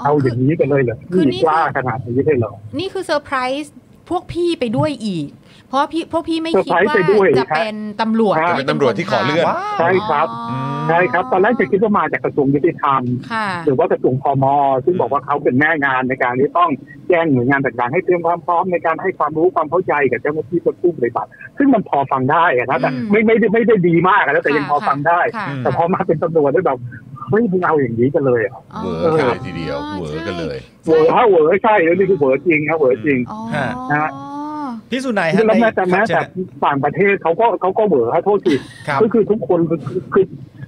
เอาอย่างนี้กันเลยเหรอ
คือนี่
นี่กล้าขนาดนี้เลยเหรอ
นี่คือเซอร์ไพรส์พวกพี่ไปด้วยอีก เพราะพี่พวกพี่ไม่คิด
เซอร์ไพรส์
ว่า
ไปด้วย
จะเป็นตำรวจ
ครับ
จะ
เป็นตำรวจที่ขอเลื่อน
ค
ใช่ครับ
อ๋อ
ใช่ครับ ตอนแรกจะคิดว่ามาจากกระทรวงยุติธรรม
ค่ะ
หรือว่ากระทรวงพมซึ่งบอกว่าเขาเป็นแม่งานในการที่ต้องแจ้งหน่วยงานต่างๆ ให้เตรียมความพร้อมในการให้ความรู้ความเข้าใจกับเจ้าหน้าที่กับผู้ปฏิบัติ ซึ่งมันพอฟังได้อะนะแต่
อืม
ไม่ไม่ได้ไม่ได้ดีมากอะนะแต่ยังพอ
ค่ะ
ฟังได้
ค่ะ
อืม
แต่พอมาเป็นตำรวจได้แบบเฮ้ยมึงเอาอย่างนี้กันเลยเหรอ
อ๋อ
เวอร์กันเลยทีเดียว
อ๋อ
เวอร์กันเลย
เหวอฮะเหวอใช่แล้วนี่คือเหวอจริงครับเหวอจริง
อ๋อ
ฮะ
อ๋อ
พี่สุนัยฮะ
แล้วแม้แต่
ได้
แม้
ค
แต่
รับ
ต่างประเทศเขาก็เขาก็เหวอฮะโทษที
ครับ
ก็คือทุกคนคือคือ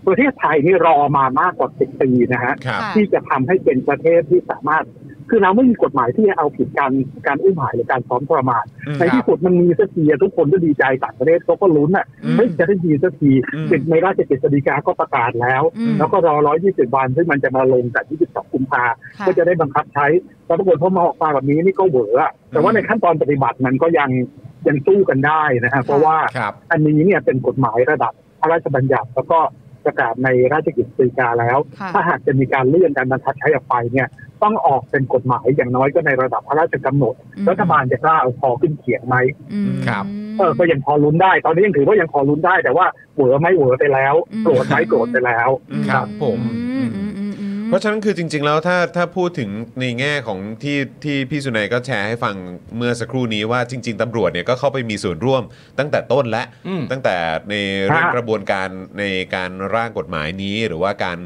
ประเทศไทยนี่รอมามากกว่าสิบปีนะฮะ
ครับ
ค่ะ
ที่จะทำให้เป็นประเทศที่สามารถ คือเราไม่มีกฎหมายที่จะเอาผิดการการอุ้มหายหรือการซ้อมประมาท
อืม
ในที่สุดมันมีสักทีอะทุกคนก็ดีใจต่างประเทศเขาก็ลุ้นอ่ะ
อืม
เฮ้ยจะได้ดีสักที
อืม
ในราชกิจฎีกาก็ประกาศแล้ว
อืม
แล้วก็รอ 120 วัน ซึ่งมันจะมาลงแต่22กุมภา
ค่
ก็จะได้บังคับใช้แต่ปรากฏพอมาออกมาแบบนี้นี่ก็เหวออะแต่ว่าในขั้นตอนปฏิบัติมันก็ยังยังสู้กันได้นะฮะเพราะว่า
ครับ
อันนี้เนี่ยเป็นกฎหมายระดับพระราชบัญญัติแล้วก็ประกาศในราชกิจสีกาแล้ว
ค่ะ
ถ้าหากจะมีการเลื่อนการบังคับใช้ออกไปเนี่ยต้องออกเป็นกฎหมายอย่างน้อยก็ในระดับพระราชกำหนด
อืม
รัฐบาลจะกล้าเอาคอขึ้นเขียงไหม
อืม
ครับ
เออก็ยังพอลุ้นได้ ตอนนี้ยังถือว่ายังพอลุ้นได้แต่ว่าเหวอไม่เหวอไปแล้ว
อืม
โกรธไหมโกรธไปแล้ว
อืม
ครับผม
อืมอืมอืมอืม
เพราะฉะนั้นคือจริง ๆ แล้วถ้าถ้าพูดถึงในแง่ของที่ที่พี่สุนัยก็แชร์ให้ฟังเมื่อสักครู่นี้ว่าจริง ๆตำรวจเนี่ยก็เข้าไปมีส่วนร่วมตั้งแต่ต้นและ
อืม
ตั้งแต่ในเรื่อง
ฮะ
กระบวนการในการร่างกฎหมายนี้หรือว่าการ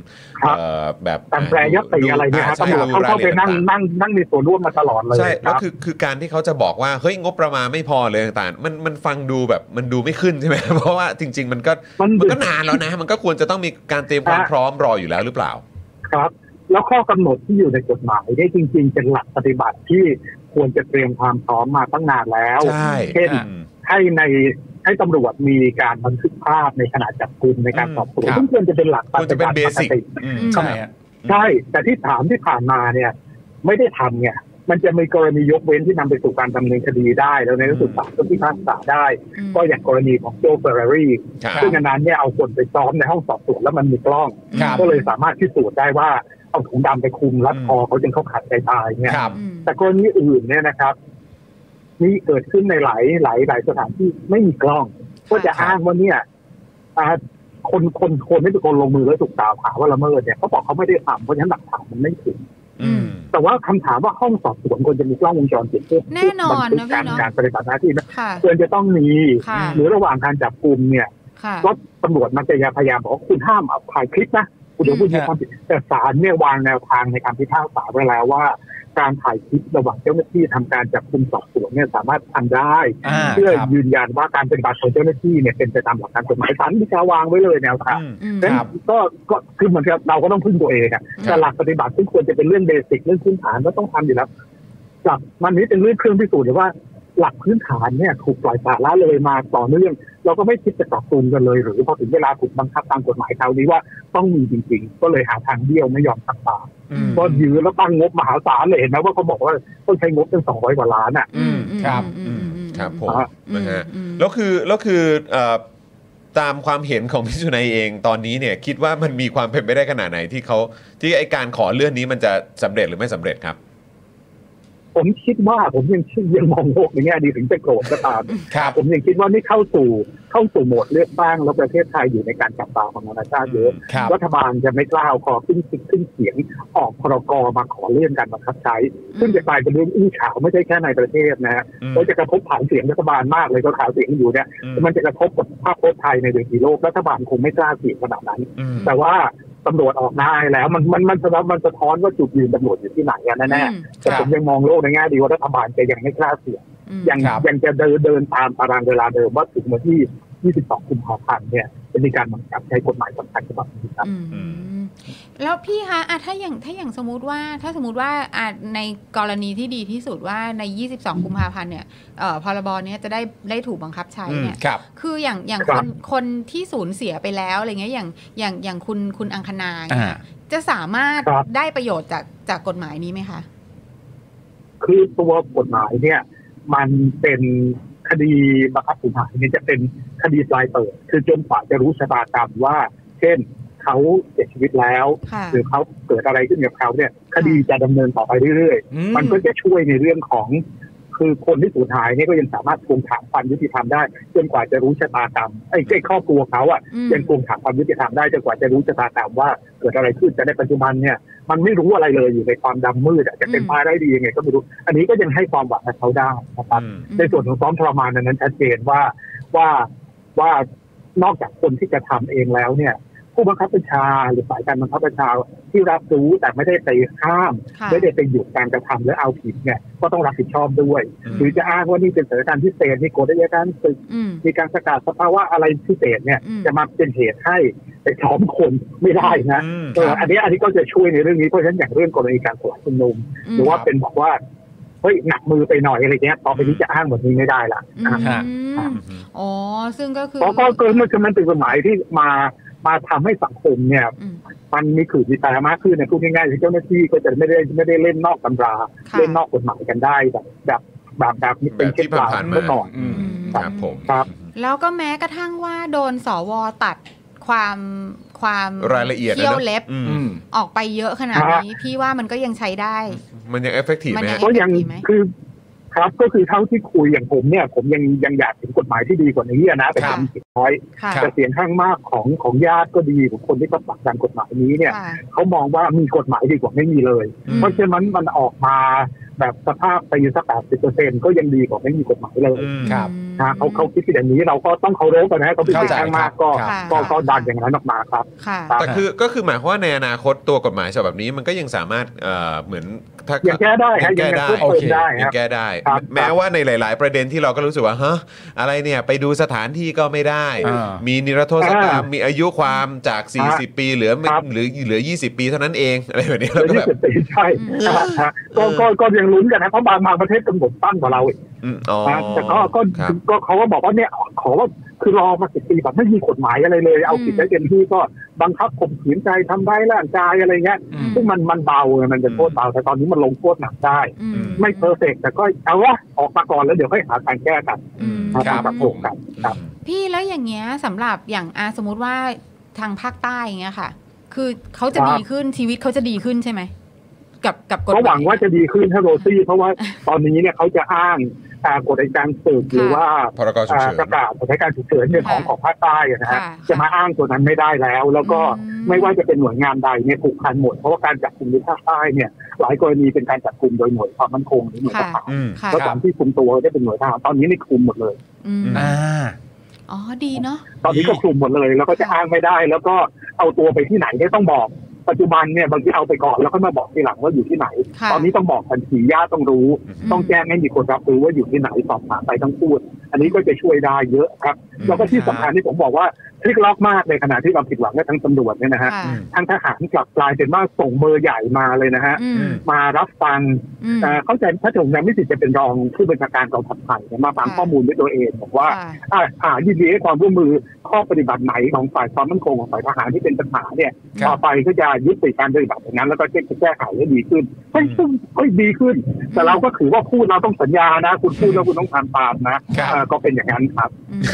ครับ
เอ่อแบบ
การแปรยติอะไรเนี่ยฮะ
าใช่
ตำรวจเขาเข้าไปนั่ง
ดูรยละเอียดต่างๆ
นั่งนั่งมีส่วนร่วมมาตลอดเลย
ใช่
ค
แล้
รั
ว
บ
คือคือการที่เขาจะบอกว่าเฮ้ยงบประมาณไม่พอเลยต่างๆมันมันฟังดูแบบมันดูไม่ขึ้นใช่ไหม เพราะว่าจริง ๆ มันก็
มัน
มันก็
ดึก
นานแล้วนะ มันก็ควรจะต้องมีการเตรียมความ
ฮะ
พร้อมรออยู่แล้วหรือเปล่า
ครับ แล้วข้อกำหนดที่อยู่ในกฎหมายได้จริง ๆ เป็นหลักปฏิบัติที่ควรจะเตรียมความพร้อมมาตั้งนานแล้ว
ใช่
เช่น
อืม
ให้ในให้ตำรวจมีการบันทึกภาพในขณะจับกุมในการ
อืม
สอบสว
ค
น
รับ
ซึ่งควรจะเป็นหลักป
ควรจะ
ฏิ
เป็น
บัติปก
basic
ติ
อืม
อืม
ใช่ฮะ
ใช่ แต่ที่ถามที่ผ่านมาเนี่ย ไม่ได้ทำไงมันจะมีกรณียกเว้นที่นำไปสู่การดำเนินคดีได้ แล้วในที่สุด
อืม
ศาลก็พิพากษาได้
อืม
ก็อย่างกรณีของโจเฟอร์รารี่
ครับ
ซึ่งอันนั้นเนี่ยเอาคนไปซ้อมในห้องสอบสวนแล้วมันมีกล้อง
ครับ
ก็เลยสามารถพิสูจน์ได้ว่าเอาถุงดำไปคลุมรัดคอเขาจนเขาขาดใจตายเนี่ย
ครับ
อืม
แต่กรณีอื่นเนี่ยนะครับ นี่เกิดขึ้นในหลายหลายหลายสถานที่ไม่มีกล้อง ก็จะ
ครับ
อ้างว่าเนี่ยอ่าคนคนคนไม่เป็นคนลงมือแล้วถูกกล่าวหาว่าละเมิดเนี่ยเขาบอกเขาไม่ได้ทำเพราะฉะนั้นหลักฐานมันไม่ถึง
อื
อื
ม
ม
แต่ว่าคำถามว่าห้องสอบสวนควรจะมีกล้องวงจรปิดเพื่อ
แน่นอน
บั
นะ
ทึกการ
พี่เนอะ
การปฏิบัติหน้าที่นะ
ค่ะ
ควรจะต้องมี
ค่ะ
หรือระหว่างการจับกลุ่มเนี่ย
ค่ะ
ก็ตำรวจมักจะพยายามบอกว่าคุณห้ามเอาถ่ายคลิปนะคุณเดี๋ยวคุณมีความผิดแต่ศาลเนี่ยวางแนวทางในการพิพากษาไว้แล้วว่า การถ่ายคลิประหว่างเจ้าหน้าที่ทำการจับกลุ่มสอบสวนเนี่ยสามารถทำได้
อ่า
เพื่อ
ครับ
ยืนยันว่าการเป็นบัตรของเจ้าหน้าที่เนี่ยเป็นไปตามหลักการกฎหมายศาลวิชาวางไว้เลยแนวทาง
อืม
ครับ
ก็ก็คือเหมือนกับเราก็ต้องพึ่งตัวเองอะแต่หลักปฏิบัติซึ่งควรจะเป็นเรื่องเบสิกเรื่องพื้นฐานก็ต้องทำอยู่แล้วกลับมันนี้เป็นเรื่องเครื่องพิสูจน์เลยว่า หลักพื้นฐานเนี่ยถูกปล่อยปละละเลยมาต่อเนื่องเราก็ไม่คิดจะปรับปรุงกันเลย หรือพอถึงเวลาถูกบังคับตามกฎหมายคราวนี้ว่าต้องมีจริง ๆ ก็เลยหาทางเบี้ยวไม่ยอมทำตาม
อืม
ก็ยื้อแล้วตั้งงบมหาศาลเลยเห็นไหมว่าเขาบอกว่าต้องใช้งบเป็นสองร้อยกว่าล้านอ่ะ
อืมอืม
ครับ
อืมอืม
ครับผม
อ่ะ
นะฮะ
อืม
แล้วคือแล้วคือเอ่อตามความเห็นของพี่สุนัยเองตอนนี้เนี่ยคิดว่ามันมีความเป็นไปได้ขนาดไหนที่เขาที่ไอการขอเลื่อนนี้มันจะสำเร็จหรือไม่สำเร็จครับ
ผมคิดว่าผมยังเชื่อยังมองโลกในแง่ดีถึงจะโกรธก็ตาม
ครับ
ผมยังคิดว่านี่เข้าสู่เข้าสู่โหมดเลือกตั้งแล้วประเทศไทยอยู่ในการจับตาของนานาชาติเยอะ
ครับ
รัฐบาลจะไม่กล้าเอาคอขึ้นสิขึ้นเสียงออกพรกมาขอเลื่อนการบังคับใช้ ซึ่งจะกลายเป็นเรื่องอื้อฉาวไม่ใช่แค่ในประเทศนะฮะ
อืม
แล้วจะกระทบฐานเสียงรัฐบาลมากเลยก็ขาวเสียงอยู่เนี่ย
อื
มันจะกระทบกับภาพพจน์ไทยในเวทีโลกรัฐบาลคงไม่กล้าเสียงขนาดนั้น
อืม
แต่ว่าตำรวจออกหน้าให้แล้วมันมันมันสะท้อนมันสะท้อนว่าจุดยืนตำรวจอยู่ที่ไหนอะแน่
อืม
ๆแต่ผมยังมองโลกในแง่ดีว่ารัฐบาลจะยังไม่กล้าเสียง
อืม
ยัง
ครับ
ยังจะเดินเดินตามตารางเวลาเดิมว่าถึงวันที่ 22 กุมภาพันธ์เนี่ยจะมีการบังคับใช้กฎหมายสำคัญฉบับนี้ครับ
อืม
อืม
แล้วพี่คะอ่ะถ้าอย่างถ้าอย่างสมมติว่าถ้าสมมติว่าอ่ะในกรณีที่ดีที่สุดว่าใน 22 กุมภาพันธ์เนี่ยเอ่อพรบเนี้ยจะได้ได้ถูกบังคับใช้เนี่ย
ครับ
คืออย่างอย่าง
ค
ครับ นคนที่สูญเสียไปแล้วอะไรเงี้ยอย่างอย่างอย่างคุณคุณอังคณาเนี่ย
อ่า
จะสามารถ
ครับ
ได้ประโยชน์จากจากกฎหมายนี้ไหมคะ
คือตัวกฎหมายเนี่ย มันเป็นคดีบังคับกฎหมายเนี่ยจะเป็นคดีปลายเปิด คือจนกว่าจะรู้ชะตากรรมว่า เช่นเขาเสียชีวิตแล้ว
ค่ะ
หรือเขาเกิดอะไรขึ้นกับเขาเนี่ย คดีจะดำเนินต่อไปเรื่อยๆ
อื
มันก็จะช่วยในเรื่องของ คือคนที่สูญหายเนี่ยก็ยังสามารถทวงถามความยุติธรรมได้จนกว่าจะรู้ชะตากรรมไอ้ไอ้ครอบครัวเขาอ่ะ
อืม
ยังทวงถามความยุติธรรมได้จนกว่าจะรู้ชะตากรรมว่าเกิดอะไรขึ้นแต่ในปัจจุบันเนี่ย มันไม่รู้อะไรเลยอยู่ในความดำมืดอะจะเป็นมาได้ดียังไงก็ไม่รู้ อันนี้ก็ยังให้ความหวังกับเขาได้นะครับ
อืม
อืม
ในส่วนของซ้อมทรมานอันนั้นชัดเจนว่าว่าว่านอกจากคนที่จะทำเองแล้วเนี่ย ผู้บังคับบัญชาหรือฝ่ายการบังคับบัญชาที่รับรู้แต่ไม่ได้ไปห้าม
ค่ะ
ไม่ได้ไปหยุดการกระทำหรือเอาผิดเนี่ยก็ต้องรับผิดชอบด้วย
อืม
หรือจะอ้างว่านี่เป็นสถานการณ์พิเศษมีกฎอัยการศึก
อืม
มีการประกาศสภาวะอะไรพิเศษเนี่ย
อืม
จะมาเป็นเหตุให้ไปซ้อมคนไม่ได้นะ
อืม
เอออันนี้อันนี้ก็จะช่วยในเรื่องนี้เพราะฉะนั้นอย่างเรื่องกรณีการสลายชุมนุม หรือว่าเป็นบอกว่าเฮ้ยหนักมือไปหน่อยอะไรเงี้ยต่อไปนี้จะอ้างแบบนี้ไม่ได้ละ
อื
อ่ะ
มอ๋อซึ่งก็คือ
เพราะก็เกินมันคือมันเป็นกฎหมายที่มามาทำให้สังคมเนี่ย
อืม
มันมีขื่อมีตามากขึ้นเนยพูดง่ายๆคือเจ้าหน้าที่ก็จะไม่ได้ไม่ได้เล่นนอกตำรา
ค่ะ
เล่นนอกกฎหมายกันได้แบบแบบแบบแบบนี้
แบ
เป็น
บ
เช่
ที่
นกล่าว
ผ่านๆมา
เมื่อก่อน
อืม
ครับผม
ครับ
แล้วก็แม้กระทั่งว่าโดนสวตัดความความ
รายละเอียดนะ
เที่ยวเล็บ
อืม
อืม
ออกไปเยอะขนาดนี้ พี่ว่ามันก็ยังใช้ได้
มันยังเอฟเฟกตีฟ
มัน
ไหม
ยั
ฮะ
ง
ก็ยัง
ดีไหม
คือ ครับ ก็คือเท่าที่คุยอย่างผมเนี่ย ผมยังยังอยากเห็นกฎหมายที่ดีกว่านี้นะแต่
ครับ
ความเสียงน้อย
ค่ะ
ครับ
แต่เสียงข้างมากของของญาติก็ดีของคนที่เขาผลักดันกฎหมายนี้เนี่ย
ค่ะ
เขามองว่ามีกฎหมายดีกว่าไม่มีเลย
อืม
เพราะฉะนั้นมันออกมาแบบสภาพไปอยู่สักแปดสิบเปอร์เซ็นก็ยังดีกว่าไม่มีกฎหมายเลย
อืม
ครับ
นะเขาเขาคิดอย่างนี้เราก็ต้องเคารพนะฮะเขาเป็น
เข้า
เสีย
ใจ
งข้าง
ครั
มา
บ
กก็
ครับ
ก็
ค่ะ
ก็ดันอย่างนั้นออกมาครับ
ค่ะ
แต่คือก็คือหมายความว่าในอนาคตตัวกฎหมายฉบับนี้มันก็ยังสามารถเอ่อเหมือนถ้า
ยังแก้ได้ฮะ
ยั
ยั
แก้
งง
ได้
เพิ่มเติมได้
ยัง
ฮะ
แก้ได้
ครับ
แม้ว่าในหลาย ๆ ประเด็นที่เราก็รู้สึกว่าฮะอะไรเนี่ยไปดูสถานที่ก็ไม่ได้
อ่ามี
มีนิรโทษกรรมมีอายุความจาก 40 ปีเหลือไม่
ครับ
หรือเหลือ 20 ปีเท่านั้นเองอะไรแบบนี้
เล
เรา
ย
ก็
ที่
แบบ
สิบปีใช่ครับฮะก็ก็ก็ยังลุ้นกันนะเพราะบางบางประเทศกำหนดตั้งกว่าเราอีก
อืมอ๋อ
นะแต่ก็ก็
ครับ
ก็เขาก็บอกว่าเนี่ยขอว่าคือรอมาสิบปีแบบไม่มีกฎหมายอะไรเลย เอาผิดได้เต็มที่ก็บังคับข่มขืนใจทำร้ายร่างกายอะไรเงี้ย
อืม
ซึ่งมันมันเบาไงมันเป็นโทษเบาแต่ตอนนี้มันลงโทษหนักได้
อื
ไม่เพอร์เฟกแต่ก็เอาวะออกมาก่อนแล้วเดี๋ยวค่อยหาทางแก้กัน
อืม
หาทาง
ค
ป
รั
รั
บบ ผ
ปรุ
ม
งกันครับ
พี่แล้วอย่างเงี้ยสำหรับอย่างอาสมมุติว่าทางภาคใต้อย่างเงี้ยค่ะ คือเขาจะ
ครับ
ดีขึ้นชีวิตเขาจะดีขึ้นใช่ไหมกับกับกฎม
ก็
ย
หวังว่าจะดีขึ้นถ้าโรซี่ เพราะว่าตอนนี้เนี่ยเขาจะอ้างอ่ากฎอัยการศึกหรือว่า
พรกฉุกเฉิน
อ่าประกาศสถานการณ์ฉุกเฉินเนี่ยของ
ค่ะ
ของภาคใต้อะนะฮะ
ค่ะ
จะมาอ้างตัวนั้นไม่ได้แล้ว แล้วก็
อืม
ไม่ว่าจะเป็นหน่วยงานใดเนี่ยผูกพันหมด เพราะว่าการจับกลุ่มในภาคใต้เนี่ย หลายกรณีเป็นการจับกลุ่มโดยหน่วยความมั่นคงหรือหน่วยทหาร
อืม
ค่ะ
แล้วตอนที่คุมตัวได้เป็นหน่วยทหารตอนนี้นี่คุมหมดเลย
อืม
อ่า
อ๋อดีเนาะ
ตอนนี้ก็คุมหมดเลย แล้วก็จะอ้างไม่ได้ แล้วก็เอาตัวไปที่ไหนเนี่ยต้องบอก ปัจจุบันเนี่ยบางทีเอาไปก่อนแล้วก็มาบอกทีหลังว่าอยู่ที่ไหน
ค่ะ
ตอนนี้ต้องบอกทันทีญาติต้องรู้ ต้องแจ้งให้มีคนรับรู้ว่าอยู่ที่ไหนสอบถามไปต้องพูด อันนี้ก็จะช่วยได้เยอะครับ
อืม
แล้วก็ที่สำคัญที่ผมบอกว่าพลิกล็อกมากในขณะที่เราผิดหวังกับทั้งตำรวจเนี่ยนะฮะ
ค่ะ
ทางทหารกลับกลายเป็นว่าส่งเบอร์ใหญ่มาเลยนะฮะ
อืม
มารับฟัง
อืม
เอ่อเข้าใจถ้าผมจำไม่ผิดจะเป็นรองผู้บัญชาการกองทัพไทยเนี่ยมาฟัง
ค่ะ
ข้อมูลด้วยตัวเองบอกว่า
ค่ะ
อ่าอ่ายินดีให้ความร่วมมือข้อปฏิบัติไหนของฝ่ายความมั่นคงของฝ่ายทหารที่เป็นปัญหาเนี่ย
ครับ
ต่อไปก็จะยุติการปฏิบัติอย่างนั้น แล้วก็จะแก้ไขให้ดีขึ้นเฮ้ยซึ่งเฮ้ยดีขึ้น แต่เราก็ถือว่าพูดเราต้องสัญญานะ คุณพูดแล้วคุณต้องทำตามนะครับ เอ่อก็เป็นอย่างนั้นครับ
อืม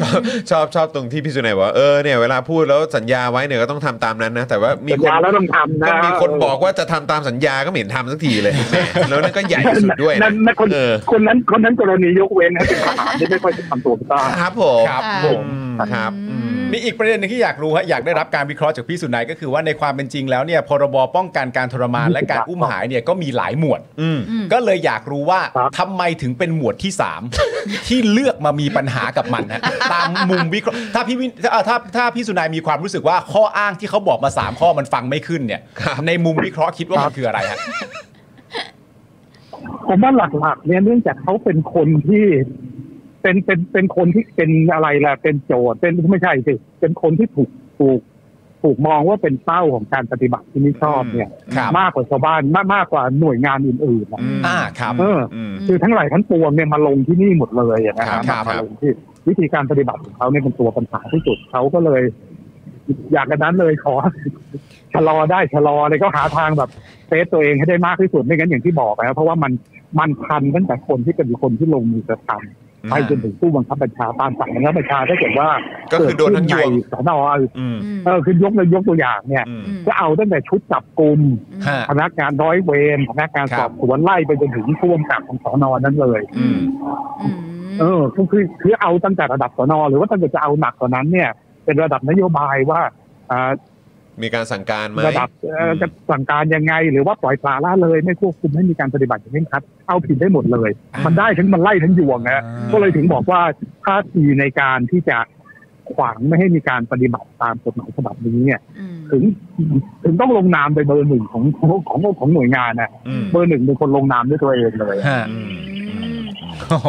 ชอบชอบชอบตรงที่พี่สุนัยบอกว่าเออเนี่ยเวลาพูดแล้วสัญญาไว้เนี่ยก็ต้องทำตามนั้นนะ แต่ว่ามี
สัญ
คน
ญาแล้วต้องทำนะ
ก็มีคนบอกว่าจะทำตามสัญญาก็ไม่เห็นทำสักที เลยแหมแล้วนั่นก็ใหญ่สุดด้วย
นั่
นะ
นนั่นคน
เออ
คนนั้นคนนั้นกรณียกเว้นนะเป็นทหารที่ไม่ค่อยจะทำตัวกล้า
ครับผม
ครับ
อ่า
ผ
อื
ม
มครับอืม
มีอีกประเด็นหนึงที่อยากรู้ฮะอยากได้รับการวิเคราะห์จากพี่สุนัยก็คือว่าในความเป็นจริงแล้วเนี่ยพรบป้องกันการทรมานและการอุ้มหายเนี่ยก็มีหลายหมวด
อืม
อืม
ก็เลยอยากรู้ว่า
ครับ
ทำไมถึงเป็นหม วดที่ 3 ที่เลือกมามีปัญหากับมันฮะตามมุมวิเคราะห์ถ้าพี่วินถ้าถ้าถ้าพี่สุนายมีความรู้สึกว่าข้ออ้างที่เขาบอกมา 3 ข้อมันฟังไม่ขึ้นเนี่ย ในมุมวิเคราะห์คิดว่ามันคืออะไรฮะ
ผมว่าหลักๆเนี่ยเนื่องจากเขาเป็นคนที่ เป็นเป็นเป็นคนที่เป็นอะไรล่ะ เป็นโจทย์เป็นไม่ใช่สิเป็นคนที่ถูกถูกถูกมองว่าเป็นเป้าของการปฏิบัติที่ไม่ชอบเนี่ย
อืมครับ
มากกว่าชาวบ้านมากมากกว่าหน่วยงานอื่นๆอะ
ม
อ่าครับ
เออ
อืม
คือทั้งหลายทั้งปวงเนี่ยมาลงที่นี่หมดเลยอะนะค
ครั
รั
บบ ครับ
มาลงที่วิธีการปฏิบัติของเขาเนี่ยเป็นตัวปัญหาที่สุดเขาก็เลย อยากกันนั้นเลยขอ ชะลอได้ชะลอเลยก็หาทางแบบเซฟตัวเองให้ได้มากที่สุดไม่งั้นอย่างที่บอกนะเพราะว่ามันมันพันตั้งแต่คนที่เป็นคนที่ลงมือกระท
อืม
ำไปจนถึงผู้บังคับบัญชาตามสั่งบังคับบัญชาถ้าเกิดว่า
ก็คือโดนทั้งยวง
เกิขึ้นในสน
อืม
อืม
เออคือยกเลยยกตัวอย่างเนี่ย
อืม
ม
ก็เอาตั้งแต่ชุดจับกลุ่ม
อืม
ฮะ
พนักงานร้อยเวรพนักงาน
ครับ
สอบสวนไล่ไปจนถึงผู้กำกับของสอนอนั้นเลย
อืม
อืม
เออก็คือคือเอาตั้งแต่ระดับสนหรือว่าตั้งแต่จะเอาหนักกว่านั้นเนี่ย เป็นระดับนโยบายว่าอ่า
มีการสั่งการไหม
ระดับเอ่ออ
ม
จะสั่งการยังไง หรือว่าปล่อยปลาละเลยไม่ควบคุมให้มีการปฏิบัติอย่างเคร่งครัดเอาผิดได้หมดเลย มันได้ทั้งมันไล่ทั้งยวงนะก็เลยถึงบอกว่าท่าทีในการที่จะขวางไม่ให้มีการปฏิบัติตามกฎหมายฉบับนี้เนี่ย
อืม
ถึงถึงต้องลงนามไปเบอร์หนึ่งของของของของหน่วยงานนะ
อืม
เบอร์หนึ่งเป็นคนลงนามด้วยตัวเองเลย
ฮะ
อืมอืม
โอ้โห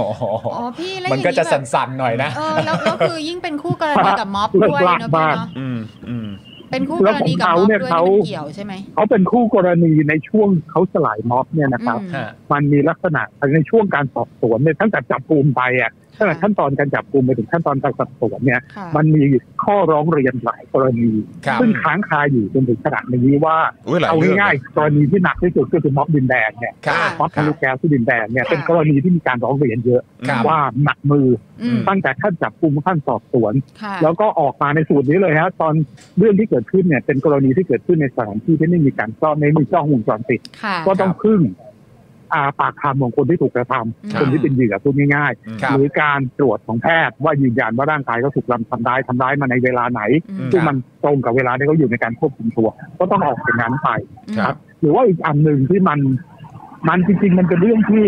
อ๋อพี่แล้ว
มันก็จะ
อย่างแบบ
สั่นๆหน่อยนะ
เออแล้วแล้วคือยิ่งเป็นคู่กรณีกับม็อบด้วยเนอะพี่เนาะ
อืมอืม
เป็นคู่กรณีกับม็อบด้วยนี่มันเกี่ยวใช่ไหม
เขาเป็นคู่กรณีในช่วงเขาสลายม็อบเนี่ยนะครับ
อืม
ฮะ
มันมีลักษณะในช่วงการสอบสวนเนี่ยตั้งแต่จับกลุ่มไปอ่ะตั้งแต่ขั้นตอนการจับกลุ่มไปถึงขั้นตอนการสอบสวนเนี่ย
ค่ะ
มันมีข้อร้องเรียนหลายกรณี
ครับ
ซึ่งค้างคาอยู่จนถึงขณะนี้ว่า
อุ้ยหลาย
เอา
เรื่อง
ง่ายๆกรณีที่หนักที่สุดก็คือม็อบดินแดงเนี่ย
ครับ
ม็อบทะลุแก๊สที่ดินแดงเนี่ย
ค่ะ
เป็นกรณีที่มีการร้องเรียนเยอะ
ครับ
ว่าหนักมือ
อืม
ตั้งแต่ขั้นจับกลุ่มขั้นสอบสวน
ค่ะ
แล้วก็ออกมาในสูตรนี้เลยฮะตอนเรื่องที่เกิดขึ้นเนี่ยเป็นกรณีที่เกิดขึ้นในสถานที่ที่ไม่มีการซ่อมไม่มีกล้องวงจรปิด
ค่ะ
ก็ต้องพึ่ง อาปากคำของคนที่ถูกกระ
ครั
ทำ
บ
คนที่เป็นเหยื่อพูดง่าย
อืม
ครับ
ๆหรือการตรวจของแพทย์ว่ายืนยันว่าร่างกายเขาถูกลำทำร้ายทำร้ายมาในเวลาไหน
อืม
ครั
ซึ่ง
บ
มันตรงกับเวลาที่เขาอยู่ในการควบคุมตัว ก็ต้องออกจากงานไป
ครับ
หรือว่าอีกอันหนึ่งที่มัน มันจริง ๆ มันเป็นเรื่องที่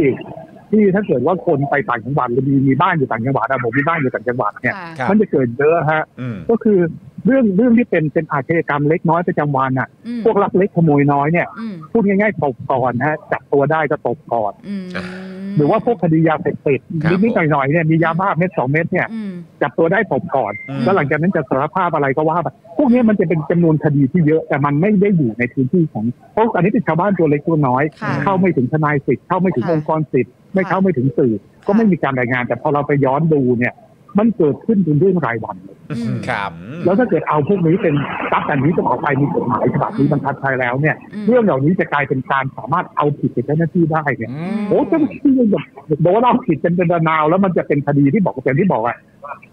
ที่ถ้าเกิดว่าคนไปต่างจังหวัดหรือมีมีบ้านอยู่ต่างจังหวัดอะผมมีบ้านอยู่ต่างจังหวัดเนี่ย
ค่ะ
ครับ
มันจะเกิดเยอะฮะ
อืม
ก็คือเรื่องเรื่องที่เป็นเป็นอาชญากรรมเล็กน้อยประจำวันอะ
อืม
พวกลักเล็กขโมยน้อยเนี่ย
อืม
พูดง่ายๆตบก่อนฮะจับตัวได้ก็ตบก่อน
อืม
หรือว่าพวกคดียาเสพติดนิดๆหน่อยๆเนี่ยมียาบ้าเม็ดสองเม็ดเนี่ย
อืม
จับตัวได้ตบก่อน
อืม
แล้วหลังจากนั้นจะสารภาพอะไรก็ว่าไปพวกนี้มันจะเป็นจำนวนคดีที่เยอะ แต่มันไม่ได้อยู่ในพื้นที่ของเพราะอันนี้เป็นชาวบ้านตัวเล็กตัวน้อย
ค่ะ
เข้าไม่ถึงทนายสิทธิ์เข้าไม่ถึง
ค่ะ
องค์กรสิทธิ์ไม่
ค่ะ
เข้าไม่ถึงสื่อ ก็
ค่ะ
ไม่มีการรายงาน แต่พอเราไปย้อนดูเนี่ย มันเกิดขึ้นเป็นเรื่องรายวันเลย
อืม
ครับ
แล้วถ้าเกิดเอาพวกนี้เป็นทรัพย์อันนี้ต้องออกไปมีกฎหมายฉบับนี้
อืม
บังคับใช้แล้วเนี่ย
อืม
เรื่องเหล่านี้จะกลายเป็นการสามารถเอาผิดกับเจ้าหน้าที่ได้เนี่ย
ม
โอ้เจ้าหน้าที่แบบบอกว่าเราผิดเป็นเป็นระนาวแล้วมันจะเป็นคดีที่บอกอย่างที่บอกอ่ะ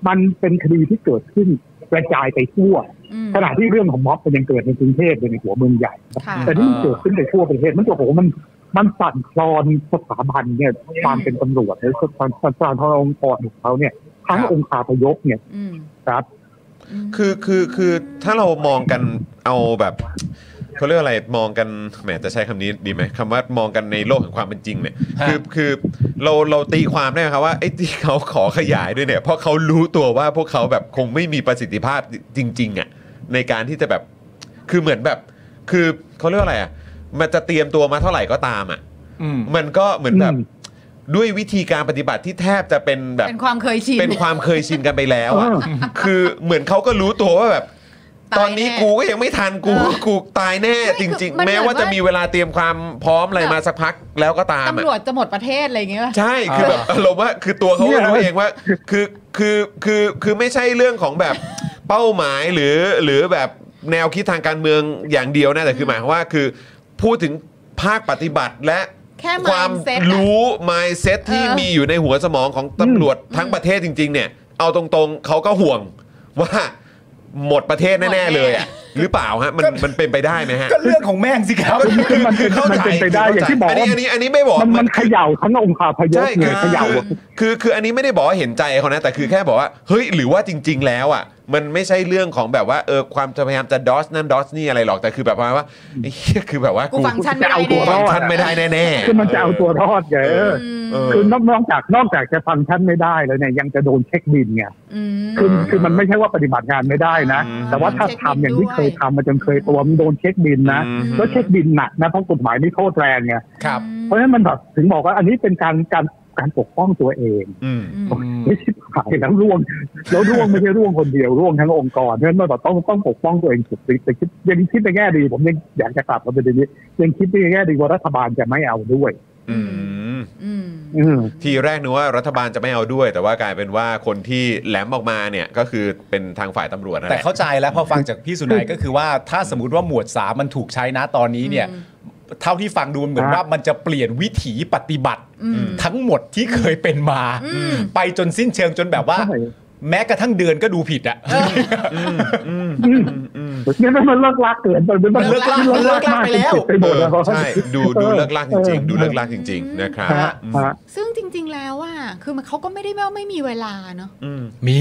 มันเป็นคดีที่เกิดขึ้นกระจายไปทั่ว
อืม
ขณะที่เรื่องของม็อบมันยังเกิดในกรุงเทพอยู่ในหัวเมืองใหญ่
ค่ะ
แต่นี่มันเกิดขึ้นไปทั่วประเทศมันโอ้โหมันมันสั่นคลอนสถาบันเนี่ยความเป็นตำรวจหรือความความความขององค์กรของเขาเนี่ยทั้ง
ครับ
องค์คาพยพเนี่ย
อืม
ครับ
ม
คือคือคือถ้าเรามองกันเอาแบบเขาเรียกอะไรมองกันแหมจะใช้คำนี้ดีไหมคำว่ามองกันในโลกแห่งความเป็นจริงเนี่ย
ฮะ
คือคือเราเราตีความได้ไหมครับว่าไอ้ที่เขาขอขยายด้วยเนี่ยเพราะเขารู้ตัวว่าพวกเขาแบบคงไม่มีประสิทธิภาพจริง ๆอะ่ะในการที่จะแบบคือเหมือนแบบ คือเขาเรียกว่าอะไรอะ่ะมันจะเตรียมตัวมาเท่าไหร่ก็ตามอ่ะ
อืม
มันก็เหมือนแบบ
อืม
ด้วยวิธีการปฏิบัติที่แทบจะเป็นแบบ
เป็นความเคยชิน
เป็นความเคยชินกันไปแล้วอ่ะ
เออ
คือเหมือนเขาก็รู้ตัวว่าแบบ
ตา
ตอน
ยแน่
นี้กูก็ยังไม่ทันกู
เออ
กูตายแน่จ
ไม่คือ
ริง
มัน
ๆ แม้ว่า
เหมือนว่า
จะมีเวลาเตรียมความพร้อมอะไรมาสักพักแล้วก็ตาม
ตำร
อ่ะ
วจจะหมดประเทศอะไรอย่างเงี้ย
ใช่คือแบบอารมณ์ว่าคือตัวเขาก็รู้
เนี่ย
เองว่า คือคือคือคือไม่ใช่เรื่องของแบบ เป้าหมายหรือหรือแบบแนวคิดทางการเมืองอย่างเดียวนะแต่คือหมายความว่าคือ พูดถึงภาคปฏิบัติและ
แค่
ความ
mindset อะ
รู้ mindset ที่
เออ
มีอยู่ในหัวสมองของตำรวจทั้งประเทศจริง ๆ เนี่ย เอาตรงๆ เขาก็ห่วงว่าหมดประเทศ
หมดแน่
แน่ ๆ เลยอ่ะ หรือเปล่าฮะ มันมันเป็นไปได้ไหมฮะ
ก็เรื่องของแม่งสิครับ
คือ
มัน
คือเข้าใจ
เป็นไปได้อย่างที่บอก
นนี้
ว่า
อันนี้อันนี้ไม่บอก
มันมันเขย่าทั้งองค์คาพยพ
ใช่
เล
คื
ย
อ
เขย่า
คือคือคืออันนี้ไม่ได้บอกว่าเห็นใจเขานะ แต่คือแค่บอกว่า เฮ้ย หรือว่าจริง ๆ แล้วอ่ะ มันไม่ใช่เรื่องของแบบว่า เออ ความจะพยายามจะดอสนั่นดอสนี่อะไรหรอก แต่คือแบบว่าไอ้เหี้ยคือแบบว่า
กู
กู
ฟังชันไม่ได้
เอาตัว
แน่
ร
ฟั
อ
งชันไม่ได้แน่ๆ
คือมันจะเอาตัวรอดไงเออ
อืม
เออ
คือนอกนอกจากนอกจากจะฟังก์ชันไม่ได้แล้วเนี่ยยังจะโดนเช็คบินไง
อืม
คือ
เออ
คือมันไม่ใช่ว่าปฏิบัติงานไม่ได้นะ
อืม
แต่ว่าถ้าทำอย่างที่เคยทำมาจนเคยตัวมันโดนเช็คบินนะ
อืม
แล้วเช็คบินหนักนะเพราะกฎหมายนี่โทษแรงไง
ครับ
เพราะฉะนั้นมันแบบถึงบอกว่าอันนี้เป็นการการการปกป้องตัวเอง
อืม
อืม
ไม่ใช่ขายแล้วร่วง แล้วร่วงไม่ใช่ร่วงคนเดียวร่วงทั้งองค์กรเพราะฉะนั้นมันแบบต้องต้องปกป้องตัวเองสุดฤทธิ์แต่คิดยังคิดในแง่ดีผมยังอยากจะกลับมาประเด็นนี้ยังคิดในแง่ดีว่ารัฐบาลจะไม่เอาด้วย
อื อืม
อืม
ทีแรกนึกว่ารัฐบาลจะไม่เอาด้วย แต่ว่ากลายเป็นว่าคนที่แหลมออกมาเนี่ยก็คือเป็นทางฝ่ายตำรวจนั่น
แต่
แหละ
เข้าใจแล้วพอฟังจากพี่สุนัยก็คือว่าถ้าสมมติว่าหมวดสามมันถูกใช้นะตอนนี้เนี่ย
อืม
เท่าที่ฟังดูเหมือนว่ามันจะเปลี่ยนวิถีปฏิบัติ
อืม
ทั้งหมดที่เคยเป็นมา
อืม
ไปจนสิ้นเชิงจนแบบว่า
ใช่
แม้กระทั่งเดือนก็ดูผิดอะ
อืม เนี่ยมันเลิกลากเกินไปมันเลิกลาก
มันเลิกลากไปแล้ว
ไปหมดแล้ว
เออใช่ดูดูเลิกลากจริง ๆ ดูเลิกลากจริง ๆ นะครับ
ฮะ
อืม
ฮะ
ซึ่งจริง ๆ แล้วอ่ะคือมันเขาก็ไม่ได้ว่าไม่มีเวลาเนาะ
อืม
มี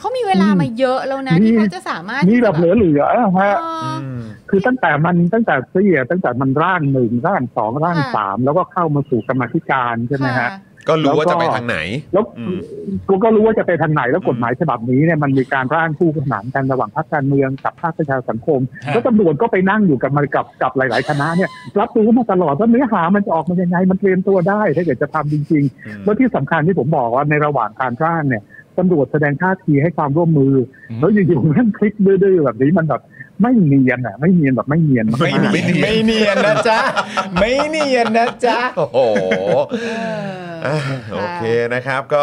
เขามีเวลามาเยอะแล้วนะ
นี่
ที่เขาจะสามารถ
นี่แบบเหลือเหลือๆ
เอ
ฮะ
อ
อืม
คือตั้งแต่มันตั้งแต่เสียตั้งแต่มันร่างหนึ่งร่างสองร่าง
ค่ะ
สามแล้วก็เข้ามาสู่กรรมาธิการใช่ไหมฮะ
ค่ะ
ก็รู้ว่า
แล้วก็
จะไปทางไหน
แล้ว
อืม
กูก็รู้ว่าจะไปทางไหนแล้วกฎหมายฉบับนี้เนี่ยมันมีการร่างคู่ขนานกันระหว่างภาคการเมืองกับภาคประชาสังคม
ฮะ
แล้วตำรวจก็ไปนั่งอยู่กับมันกับกับหลาย ๆ คณะเนี่ยรับรู้มาตลอดว่าเนื้อหามันจะออกมายังไงมันเตรียมตัวได้ถ้าเกิดจะทำจริง ๆ
อืม
แล้วที่สำคัญที่ผมบอกว่าในระหว่างการร่างเนี่ยตำรวจแสดงท่าทีให้ความร่วมมืออ
ม
แล้วอยู่ๆนั่นคลิกดื้อๆแบบนี้มันแบบไม่เนียนอ่ะไม่เนียนแบบไม่เนียนาก
ไม่เนียนไม่เนียนนะจ๊ะ ไม่เนียนนะจ๊ะ
โอ้โห
เออ
อ่ะโอเคนะครับก็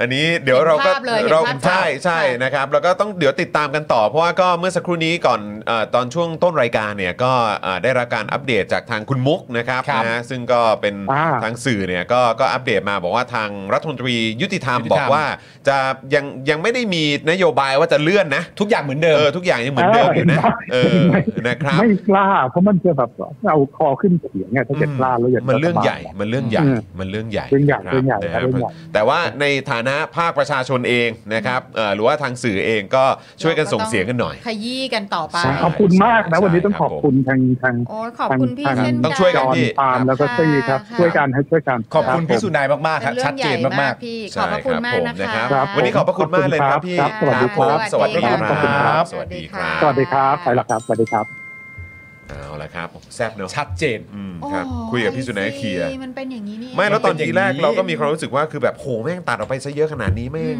อันนี้เดี๋ยว
เห็น
เราก็
ภาพเลยเห็น
เรา
ภาพ
ใช่ใช่
ค่ะ
นะครับ แล้วก็ต้องเดี๋ยวติดตามกันต่อ เพราะว่าก็เมื่อสักครู่นี้ก่อนเอ่อตอนช่วงต้นรายการเนี่ยก็เอ่อได้รับการอัปเดตจากทางคุณมุกนะครับ
ครับ
นะฮะซึ่งก็เป็น
อ่า
ทางสื่อเนี่ยก็ก็อัปเดตมาบอกว่าทางรัฐมนตรียุติธรรม
ยุติธรรม
บอกว่าจะยังยังไม่ได้มีนโยบายว่าจะเลื่อนนะ
ทุกอย่างเหมือนเดิม
เออทุกอย่างยังเหมือนเดิมอยู่นะ
เอ
เออนะครับ
ไม่กล้า เพราะมันจะแบบเอาคอขึ้นเขียงไงถ้าเกิดกล้าแล้วอยากจะ
มันเรื่อง
สบาย
ใหญ่ มันเรื่องใหญ่
อืม
มันเรื่องใหญ่
เรื่องใหญ่
คบ
เรื่องใหญ่
นะครับ
เรื่องใหญ่
แต่ว่าในฐานะภาคประชาชนเองนะครับเอ่อหรือว่าทางสื่อเองก็ช่วยกันส่งเสียงกันหน่อย
ขยี้กันต่อไป
ใช่
ขอบคุณมากนะ วันนี้ต้อง
ใช่
ข
ครั
อบ บคุณทางทาง
โอ้ขอบคุณพี่เช่น
ต้องช่วย
จ
กัน
อน
พี่
ปาล์มแล้วก็
ค่ะ
ตี้ครับ
ค่ะ
ช่วยกันให้ช่วยกัน
ขอบคุณ
รั
พี่สุ
ผม
นายมากๆค
เป็
รับ
นเรื่
ชั
อ
ด
ง
เจ
ใหญ่
นมาม
าก กพี่ ข
ใช่
อบพระคุณมากนะ
ค
คะ
รับผ
ครับ
วันนี้ขอบพระคุณมากเลยนะครับพี่
ครับสวัสดีครับ
สวัสดีครับ
ครับ
สวัสดีครับ
สวัสดีครับไปละครับสวัสดีครับ
เอาละครับแซ่บเนาะ
ๆชัดเจน
อืม
โอ้
ครับคุยกับพี่สุนัยเคลียร์
มันเป็นอย่างนี้นี่เง
ไม่แล้วตอน
เป็นอย่าง
ทีแรก
นี้
เราก็มีความรู้สึกว่าคือแบบโหแม่งตัดออกไปซะเยอะขนาดนี้แม่ง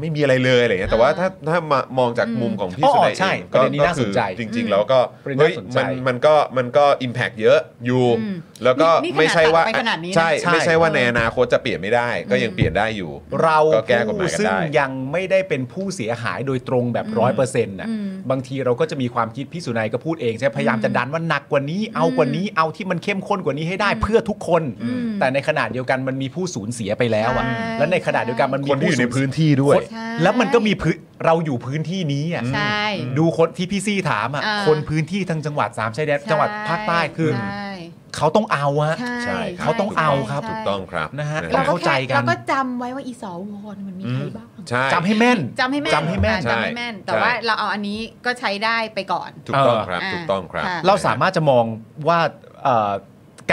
ไม่มีอะไรเลยอะไรเงี้ยแต่ว่าถ้าถ้ามามองจาก
อืม
มุมของพี่
อ๋อ
สุนัย
ใช่
เอง
ประเด็นนี้
ก็
น่าสนใจ
จริง ๆ แล้วก็
ประเด็น
เฮ้ย
น่าสนใจ
มันมันก็มันก็อิมแพกเยอะอยู่
อืม
แล้วก็
นี่นี่ขนาด
ไม่ใช่ว่า
ตัดออกไปขนาดนี้นะ
ใช่
ใช่
ไม่ใช่ว่า
เออ
ในอนาคตจะเปลี่ยนไม่ได้ ก็ยัง
อืม
เปลี่ยนได้อยู่
เรา
ก็แก้กฎหมาย
ผู้
กัน
ซึ่ง
ได้
ยังไม่ได้เป็นผู้เสียหายโดยตรงแบบ
อืม
ร้อยเปอร์เซ็นต์นะ
อืม
บางทีเราก็จะมีความคิดพี่สุนัยก็พูดเองใช่ไหมพยายาม
อืม
จะดันว่าหนักกว่านี้เอากว่านี้เอาที่มันเข้มข้นกว่านี้ให้ได้เพื่อทุกคน
อืม
แต่ในขณะเดียวกันมันมีผู้สูญเสียไปแล้วอ่ะ
ใช่
และในขณะเดียวกันมันมี
คนที่อยู่ใน
ผู้สูญ
พื้นที่ด้วย
คน
ใช่
แล้วมันก็มีพื้นเราอยู่พื้นที่นี้อ่ะ
ใช่
ดูคนที่พี่ซี่ถามอ่ะ
อ่า
คนพื้นที่ทางจังหวัดสามชายแดน
ใช่
จังหวัดภาคใต้คือ
ใช่
เขาต้องเอาอะ
ใช่ครับ
เขาต้องเอาครับ
ใช่
ถูกต้องครับ
นะฮะ
ครั
เรา
บ
ก็
เข้าใจ
แค่
กัน
เราก็จำไว้ว่าอีสอวอนมันมี
อื
ใคร
ม
บ้าง
ใช่
จำให้แม่น
จำให้แม่น
จำให้แม่น
อ่าจำให้แม่น
ใช่
แต่ว่าเราเอาอันนี้ก็ใช้ได้ไปก่อน
ถูกต้องครับ
เออ
ถูกต้องครับ
ค่ะ
เราสามารถจะมองว่าเอ่อ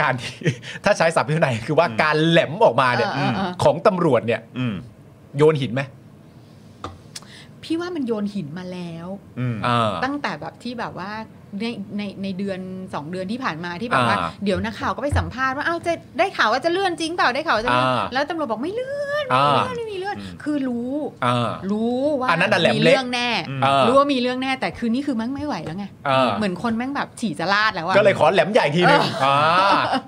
การที่ ถ้าใช้ศัพท์ที่ไหนคือว่า
อืม
การแหลมออกมาเนี่ย
เออเออเออ
ของตำรวจเนี่ย
อืม
โยนหินไหม
พี่ว่ามันโยนหินมาแล้ว
อืม
อ่า
ตั้งแต่แบบที่แบบว่าในในในเดือน 2 เดือนที่ผ่านมาที่แบบว่า
อ่า
เดี๋ยวนักข่าวก็ไปสัมภาษณ์ว่าเอ้าวจะได้ข่าวว่าจะเลื่อนจริงเปล่าได้ข่าวว่าจะเลื่อน
อ่า
แล้วตำรวจบอกไม่เลื่อน
อ่า
ไม่เลื่อนไม่มีเลื่อน
อืม
คือรู้
อ่า
รู้ว่า
อันนั้นน่ะแหลม
มี
เละ
เรื่องแน่
อ่า
รู้ว่ามีเรื่องแน่แต่คืนนี้คือแมั่งไม่ไหวแล้วไง
เออ
เหมือนคนแม่งแบบฉี่จะลาดแล้วอะ
ก็เลยขอแหลมใหญ่ทีนึงอ่า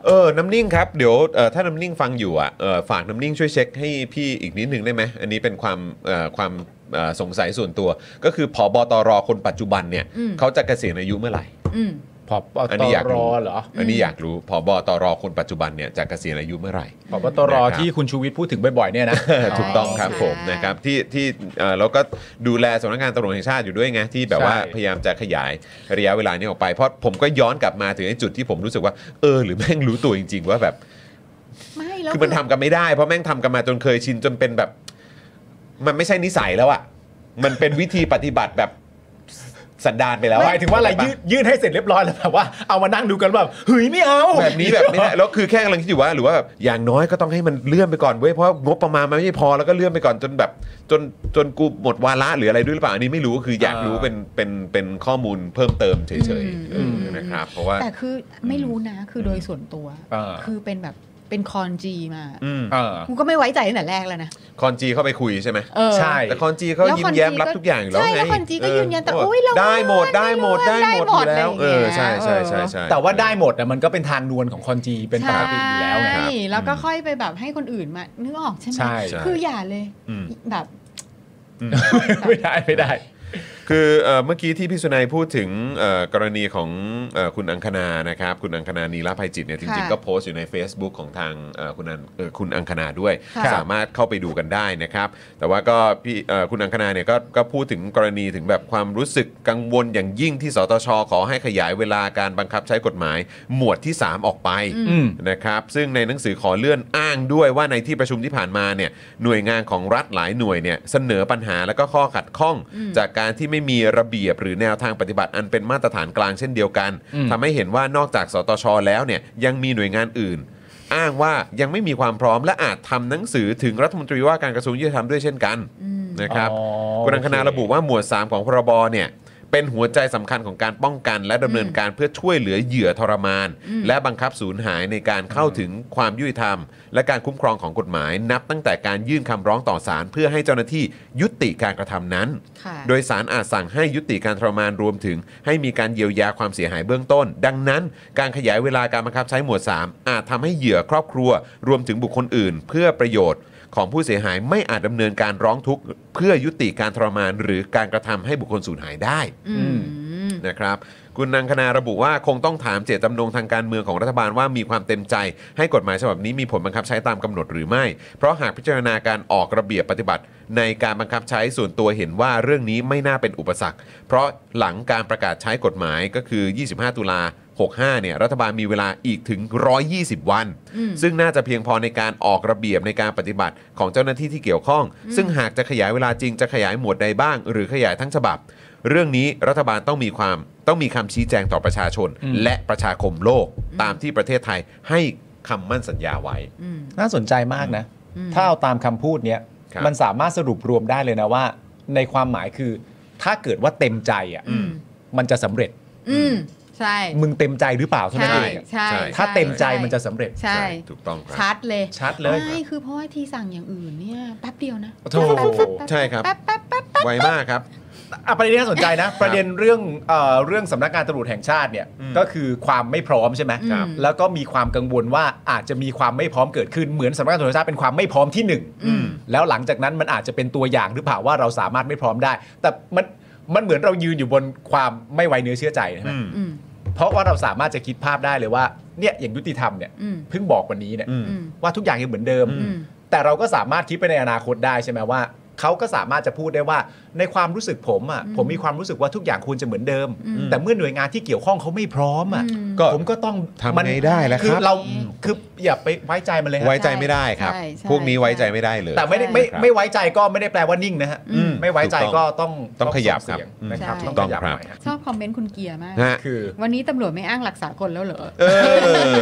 เออ น้ำนิ่งครับ เดี๋ยวเอ่อถ้าน้ำนิ่งฟังอยู่อ่ะเอ่อฝากน้ำนิ่งช่วยเช็คให้พี่อีกนิดหนึ่งได้ไหม อันนี้เป็นความเอ่อความเอ่อสงสัยส่วนตัว ก็คือผอบตรคนปัจจุบันเนี่ย
อืม
เขาจะเกษียณอายุเมื่อไหร่
อืม
พอบ
อัน
ต
นี้อยาก
ร
รู้
เหรอ
อันนี้
อืม
อยากรู้ผอบตรคนปัจจุบันเนี่ยจะเกษียณอายุเมื่อไหร่
พอบตร
นะครับ
ที่คุณชูวิทย์พูดถึงบ่อยๆเนี่ยนะ
เออถูกต้องครับ
ใช่
ผม
ค่ะ
นะครับที่ที่เอ่อเราก็ดูแลสำนักงานตำรวจแห่งชาติอยู่ด้วยไงที่แบบว่า
ใช่
พยายามจะขยายระยะเวลานี้ออกไป เพราะผมก็ย้อนกลับมาถึงไอ้จุดที่ผมรู้สึกว่าเออหรือแม่งรู้ตัวจริง ๆ ว่าแบบ
ไม่แล้ว
คือมันทำกันไม่ได้เพราะแม่งทำกันมาจนเคยชินจนเป็นแบบ มันไม่ใช่นิสัยแล้วอะมันเป็นวิธีปฏิบัติแบบสันดานไปแล้ว
หมายถึงว่าอะไรยืดยืดให้เสร็จเรียบร้อยแล้วแบบ ว่าเอามานั่งดูกันแบบเฮ้ยไม่เอา
แบบนี้แบบไม่ได้แล้วคือแค่กำลังคิดอยู่ว่า หรือว่าแบบอย่างน้อยก็ต้องให้มันเลื่อนไปก่อนเว้ยเพราะงบประมาณมันไม่พอแล้วก็เลื่อนไปก่อนจนแบบ จนจนกูหมดวาระหรืออะไรด้วยหรือเปล่าอันนี้ไม่รู้คืออยากรู้เป็นเป็นเป็นข้อมูลเพิ่มเติมเฉยๆเอออ
ม
นะครับ เพราะว่า
แต่คือไม่รู้นะคือโดยส่วนตัว
เออ
คือเป็นแบบเป็นคอนจีมา
อืม
เออ
กูก็ไม่ไว้ใจตั้งแต่แรกแล้วนะ
คอนจีเข้าไปคุยใช่ไหม
เออ
ใช่
แต่คอนจีเขา
แล้ว
ยิ้
คอ
ม
นจี
แย้มรับทุกอย่างอยู่แล้ว
ใช่
ไง
แล้วคอนจีก็ยืนยันแต่
เ
โอ๊ยเรา
ได้หมด
ไม่
ได้หมด
รู้
ได้หมด
ได้หม
อ
ด
ยู่แล้ว
อะไรอย่างเงี้ย
เออใช่ใช่ใช่
เออ
ใช่
แต่ว่าได้หมดนะมันก็เป็นทางนวลของคอนจีเป็นปกติอยู่แล้วไง
ใช่แล้วก็
อืม
ค่อยไปแบบให้คนอื่นมานึกออกใช่ไหม
ใช่
คืออย่าเลย
อืม
แบบ
อืม
ไม่ได้ไม่ได้
คือเอ่อเมื่อกี้ที่พี่สุนัยพูดถึงเอ่อกรณีของเอ่อคุณอังคณานะครับ คุณอังคณานีรภัยจิตเนี่ยจริงๆ ก็โพสต์อยู่ใน Facebook ของทางเอ่อคุณอังเอ่อคุณอังคณาด้วย
ค่ะ
สามารถเข้าไปดูกันได้นะครับ แต่ว่าก็พี่เอ่อคุณอังคณาเนี่ยก็ก็พูดถึงกรณีถึงแบบความรู้สึกกังวลอย่างยิ่งที่สตชขอให้ขยายเวลาการบังคับใช้กฎหมาย หมวดที่ 3 ออกไป
อืม
นะครับซึ่งในหนังสือขอเลื่อนอ้างด้วยว่าในที่ประชุมที่ผ่านมาเนี่ยหน่วยงานของรัฐหลายหน่วยเนี่ยเสนอปัญหาและก็ข้อขัดข้อง จากการที่ไม่มีระเบียบหรือแนวทางปฏิบัติอันเป็นมาตรฐานกลางเช่นเดียวกัน
อืม
ทำให้เห็นว่านอกจากสตชแล้วเนี่ยยังมีหน่วยงานอื่น อ้างว่ายังไม่มีความพร้อมและอาจทำหนังสือถึงรัฐมนตรีว่าการกระทรวงยุติธรรมด้วยเช่นกันนะครับ
อ๋อ
คุณอังคณา
โอเ
ระบุว่าหมวด 3 ของพรบเนี่ยเป็นหัวใจสำคัญของการป้องกัน และดำเนินการเพื่อช่วยเหลือเหยื่อทรมาน และบังคับสูญหายในการเข้าถึงความยุติธรรม และการคุ้มครองของกฎหมาย นับตั้งแต่การยื่นคำร้องต่อศาลเพื่อให้เจ้าหน้าที่ยุติการกระทำนั้น
ค่ะ
โดยสารอาจสั่งให้ยุติการทรมานรวมถึง ให้มีการเยียวยาความเสียหายเบื้องต้น ดังนั้น การขยายเวลาการบังคับใช้หมวด 3 อาจทำให้เหยื่อครอบครัว รวมถึงบุคคลอื่น เพื่อประโยชน์ของผู้เสียหายไม่อาจดำเนินการร้องทุกข์ เพื่อยุติการทรมานหรือการกระทำให้บุคคลสูญหายได้
อืม
นะครับ คุณนังคณาระบุว่าคงต้องถามเจตจำนงทางการเมืองของรัฐบาลว่ามีความเต็มใจ ให้กฎหมายฉบับนี้มีผลบังคับใช้ตามกำหนดหรือไม่ เพราะหากพิจารณาการออกระเบียบปฏิบัติ ในการบังคับใช้ส่วนตัวเห็นว่าเรื่องนี้ไม่น่าเป็นอุปสรรค เพราะหลังการประกาศใช้กฎหมายก็คือ 25 ตุลา 65 เนี่ยรัฐบาลมีเวลาอีกถึง 120 วัน
อืม
ซึ่งน่าจะเพียงพอในการออกระเบียบในการปฏิบัติของเจ้าหน้าที่ที่เกี่ยวข้อง ซึ่งหากจะขยายเวลาจริงจะขยายหมวดใดบ้าง หรือขยายทั้งฉบับ เรื่องนี้รัฐบาลต้องมีความต้องมีคำชี้แจงต่อประชาชน
อืม
และประชาคมโลก ตามที่ประเทศไทยให้คำมั่นสัญญาไว้
อืม
น่าสนใจมากนะ
อืม
ถ้าเอาตามคำพูดเนี้ย
ครับ
มันสามารถสรุปรวมได้เลยนะว่า ในความหมายคือ ถ้าเกิดว่าเต็มใจอ่ะ
อืม
มันจะสำเร็จ
อืมใช่
มึงเต็มใจหรือเปล่าเท่า
ใช่
นั้นเอง
ใช่
ถ้าเต็มใจมันจะ
ใช่
สำเร็จ
ใช่
ถูกต้องครับ
ชัดเลย
ชัดเลย
ไม่คือเพราะว่าทีสั่งอย่างอื่นเนี่ยแป๊บเดียวนะ
โอ้โธ่
ใช่ครับ
แป๊บแป๊บแป๊บแป๊บ
ไวมากครับ
อ่ะประเด็นที่น่าสนใจนะ ประเด็นเรื่องเอ่อเรื่องสำนักงานตำรวจแห่งชาติเนี่ย
อืม
ก็คือความไม่พร้อมใช่ไหม
ครับ
แล้วก็มีความกังวลว่าอาจจะมีความไม่พร้อมเกิดขึ้นเหมือนสำนักงานตำรวจแห่งชาติเป็นความไม่พร้อมที่หนึ่ง
อืม
แล้วหลังจากนั้นมันอาจจะเป็นตัวอย่างหรือเปล่าว่าเราสามารถไม่พร้อมได้ แต่มันมันเหมือนเรายืนอยู่บนความไม่ไว้เนื้อเชื่อใจใช่ไหม
อืม
อืม
เพราะว่าเราสามารถจะคิดภาพได้เลยว่าเนี่ยอย่างยุติธรรมเนี่ย
อืม
เพิ่งบอกวันนี้เนี่ย
อืม
อืม
ว่าทุกอย่างยังเหมือนเดิม
อืม
แต่เราก็สามารถคิดไปในอนาคตได้ใช่ไหมว่าเขาก็สามารถจะพูดได้ว่าในความรู้สึกผมอ่ะ
อืม
ผมมีความรู้สึกว่าทุกอย่างควรจะเหมือนเดิม
อืม
แต่เมื่อหน่วยงานที่เกี่ยวข้องเขาไม่พร้อมอ่ะ
อืม
ก็
ผมก็ต้อง
ทำไงได้ล่ะ
คื
ค
อ
รับ
เราคืออย่าไปไว้ใจมันเลยฮะ
ไว้ใจไม่ได้ครับ
ใช่ใช่
พวกนี้ไว้ใจไม่ได้เลย
แต่ไม่ได้ไม่ไม่ไว้ใจก็ไม่ได้แปลว่านิ่งนะฮะ
อืม
ไม่ไว้ใจก็ต้อง
ต้องขยับ
ส่งเสี
ค
ง
รับ
นะครับ
ใช่
ต้องขยับหน่อยฮะ
ชอบคอมเมนต์คุณเกียร์มาก
ฮะ
คือ
วันนี้ตำรวจไม่อ้างหลักสากลแล้วเหรอ
เออ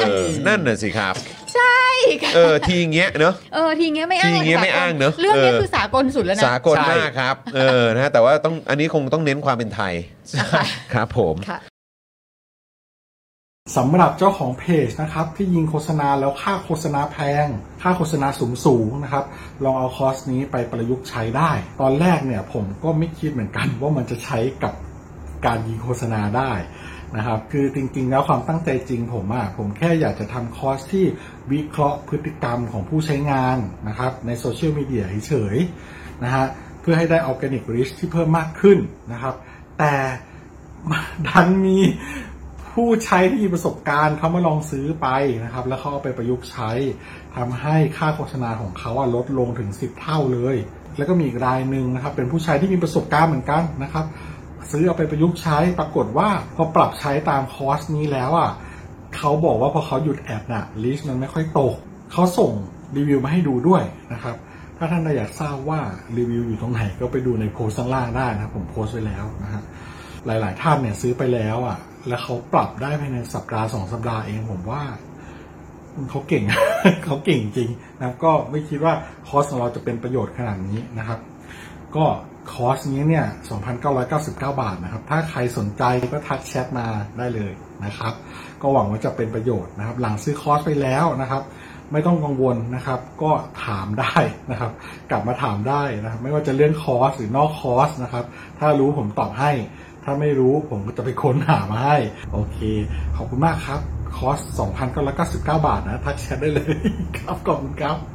นั่นน่ะสิครับ
ใช่ค่ะ
เออทีเงี้ยเนอะ
เออทีเงี้ยไม่อ้างหลัก
ทีเงี้ย
สากล
ไม่อ้างเนอะ
เรื่องนี้
เออ
คือสากลสุดแล้วนะ
สากล
ใช่
มากครับ เออนะฮะแต่ว่าต้องอันนี้คงต้องเน้นความเป็นไทยครับผม
ค่ะ
สำหรับเจ้าของเพจนะครับที่ยิงโฆษณาแล้วค่าโฆษณาแพง ค่าโฆษณาสูงสูงๆนะครับลองเอาคอร์สนี้ไปประยุกต์ใช้ได้ ตอนแรกเนี่ยผมก็ไม่คิดเหมือนกัน ว่ามันจะใช้กับการยิงโฆษณาได้นะครับคือจริงๆ แล้วความตั้งใจจริงผมอะผมแค่อยากจะทำคอร์สที่วิเคราะห์พฤติกรรมของผู้ใช้งานนะครับในโซเชียลมีเดียเฉยๆนะฮะเพื่อให้ได้ออร์แกนิกริชที่เพิ่มมากขึ้นนะครับแต่ ดันมี ผู้ใช้ที่มีประสบการณ์เขามาลองซื้อไปนะครับ แล้วเขาเอาไปประยุกต์ใช้ทำให้ค่าโฆษณาของเขาอะลดลงถึง 10 เท่าเลย แล้วก็มีอีกรายหนึ่งนะครับ เป็นผู้ใช้ที่มีประสบการณ์เหมือนกันนะครับ ซื้อเอาไปประยุกต์ใช้ปรากฏว่าพอปรับใช้ตามคอร์สนี้แล้วอ่ะเขาบอกว่าพอเขาหยุดแอดน่ะลิสต์มันไม่ค่อยตกเขาส่งรีวิวมาให้ดูด้วยนะครับ ถ้าท่านอยากทราบว่ารีวิวอยู่ตรงไหนก็ไปดูในโพสต์ข้างล่างได้นะครับผมโพสต์ไว้แล้วนะฮะ หลาย ๆ ท่านเนี่ยซื้อไปแล้วอ่ะ แล้วเขาปรับได้ภายในสัปดาห์สองสัปดาห์เองผมว่าเขาเก่ง เขาเก่งจริงนะครับก็ไม่คิดว่าคอร์สของเราจะเป็นประโยชน์ขนาดนี้นะครับ ก็คอร์สนี้เนี่ย 2,999 บาทนะครับ ถ้าใครสนใจก็ทักแชทมาได้เลยนะครับ ก็หวังว่าจะเป็นประโยชน์นะครับ หลังซื้อคอร์สไปแล้วนะครับ ไม่ต้องกังวลนะครับ ก็ถามได้นะครับ กลับมาถามได้นะครับ ไม่ว่าจะเรื่องคอร์สหรือนอกคอร์สนะครับ ถ้ารู้ผมตอบให้ ถ้าไม่รู้ผมก็จะไปค้นหามาให้ โอเค ขอบคุณมากครับ คอร์ส 2,999 บาทนะ ทักแชทได้เลย ครับ ขอบคุณครับ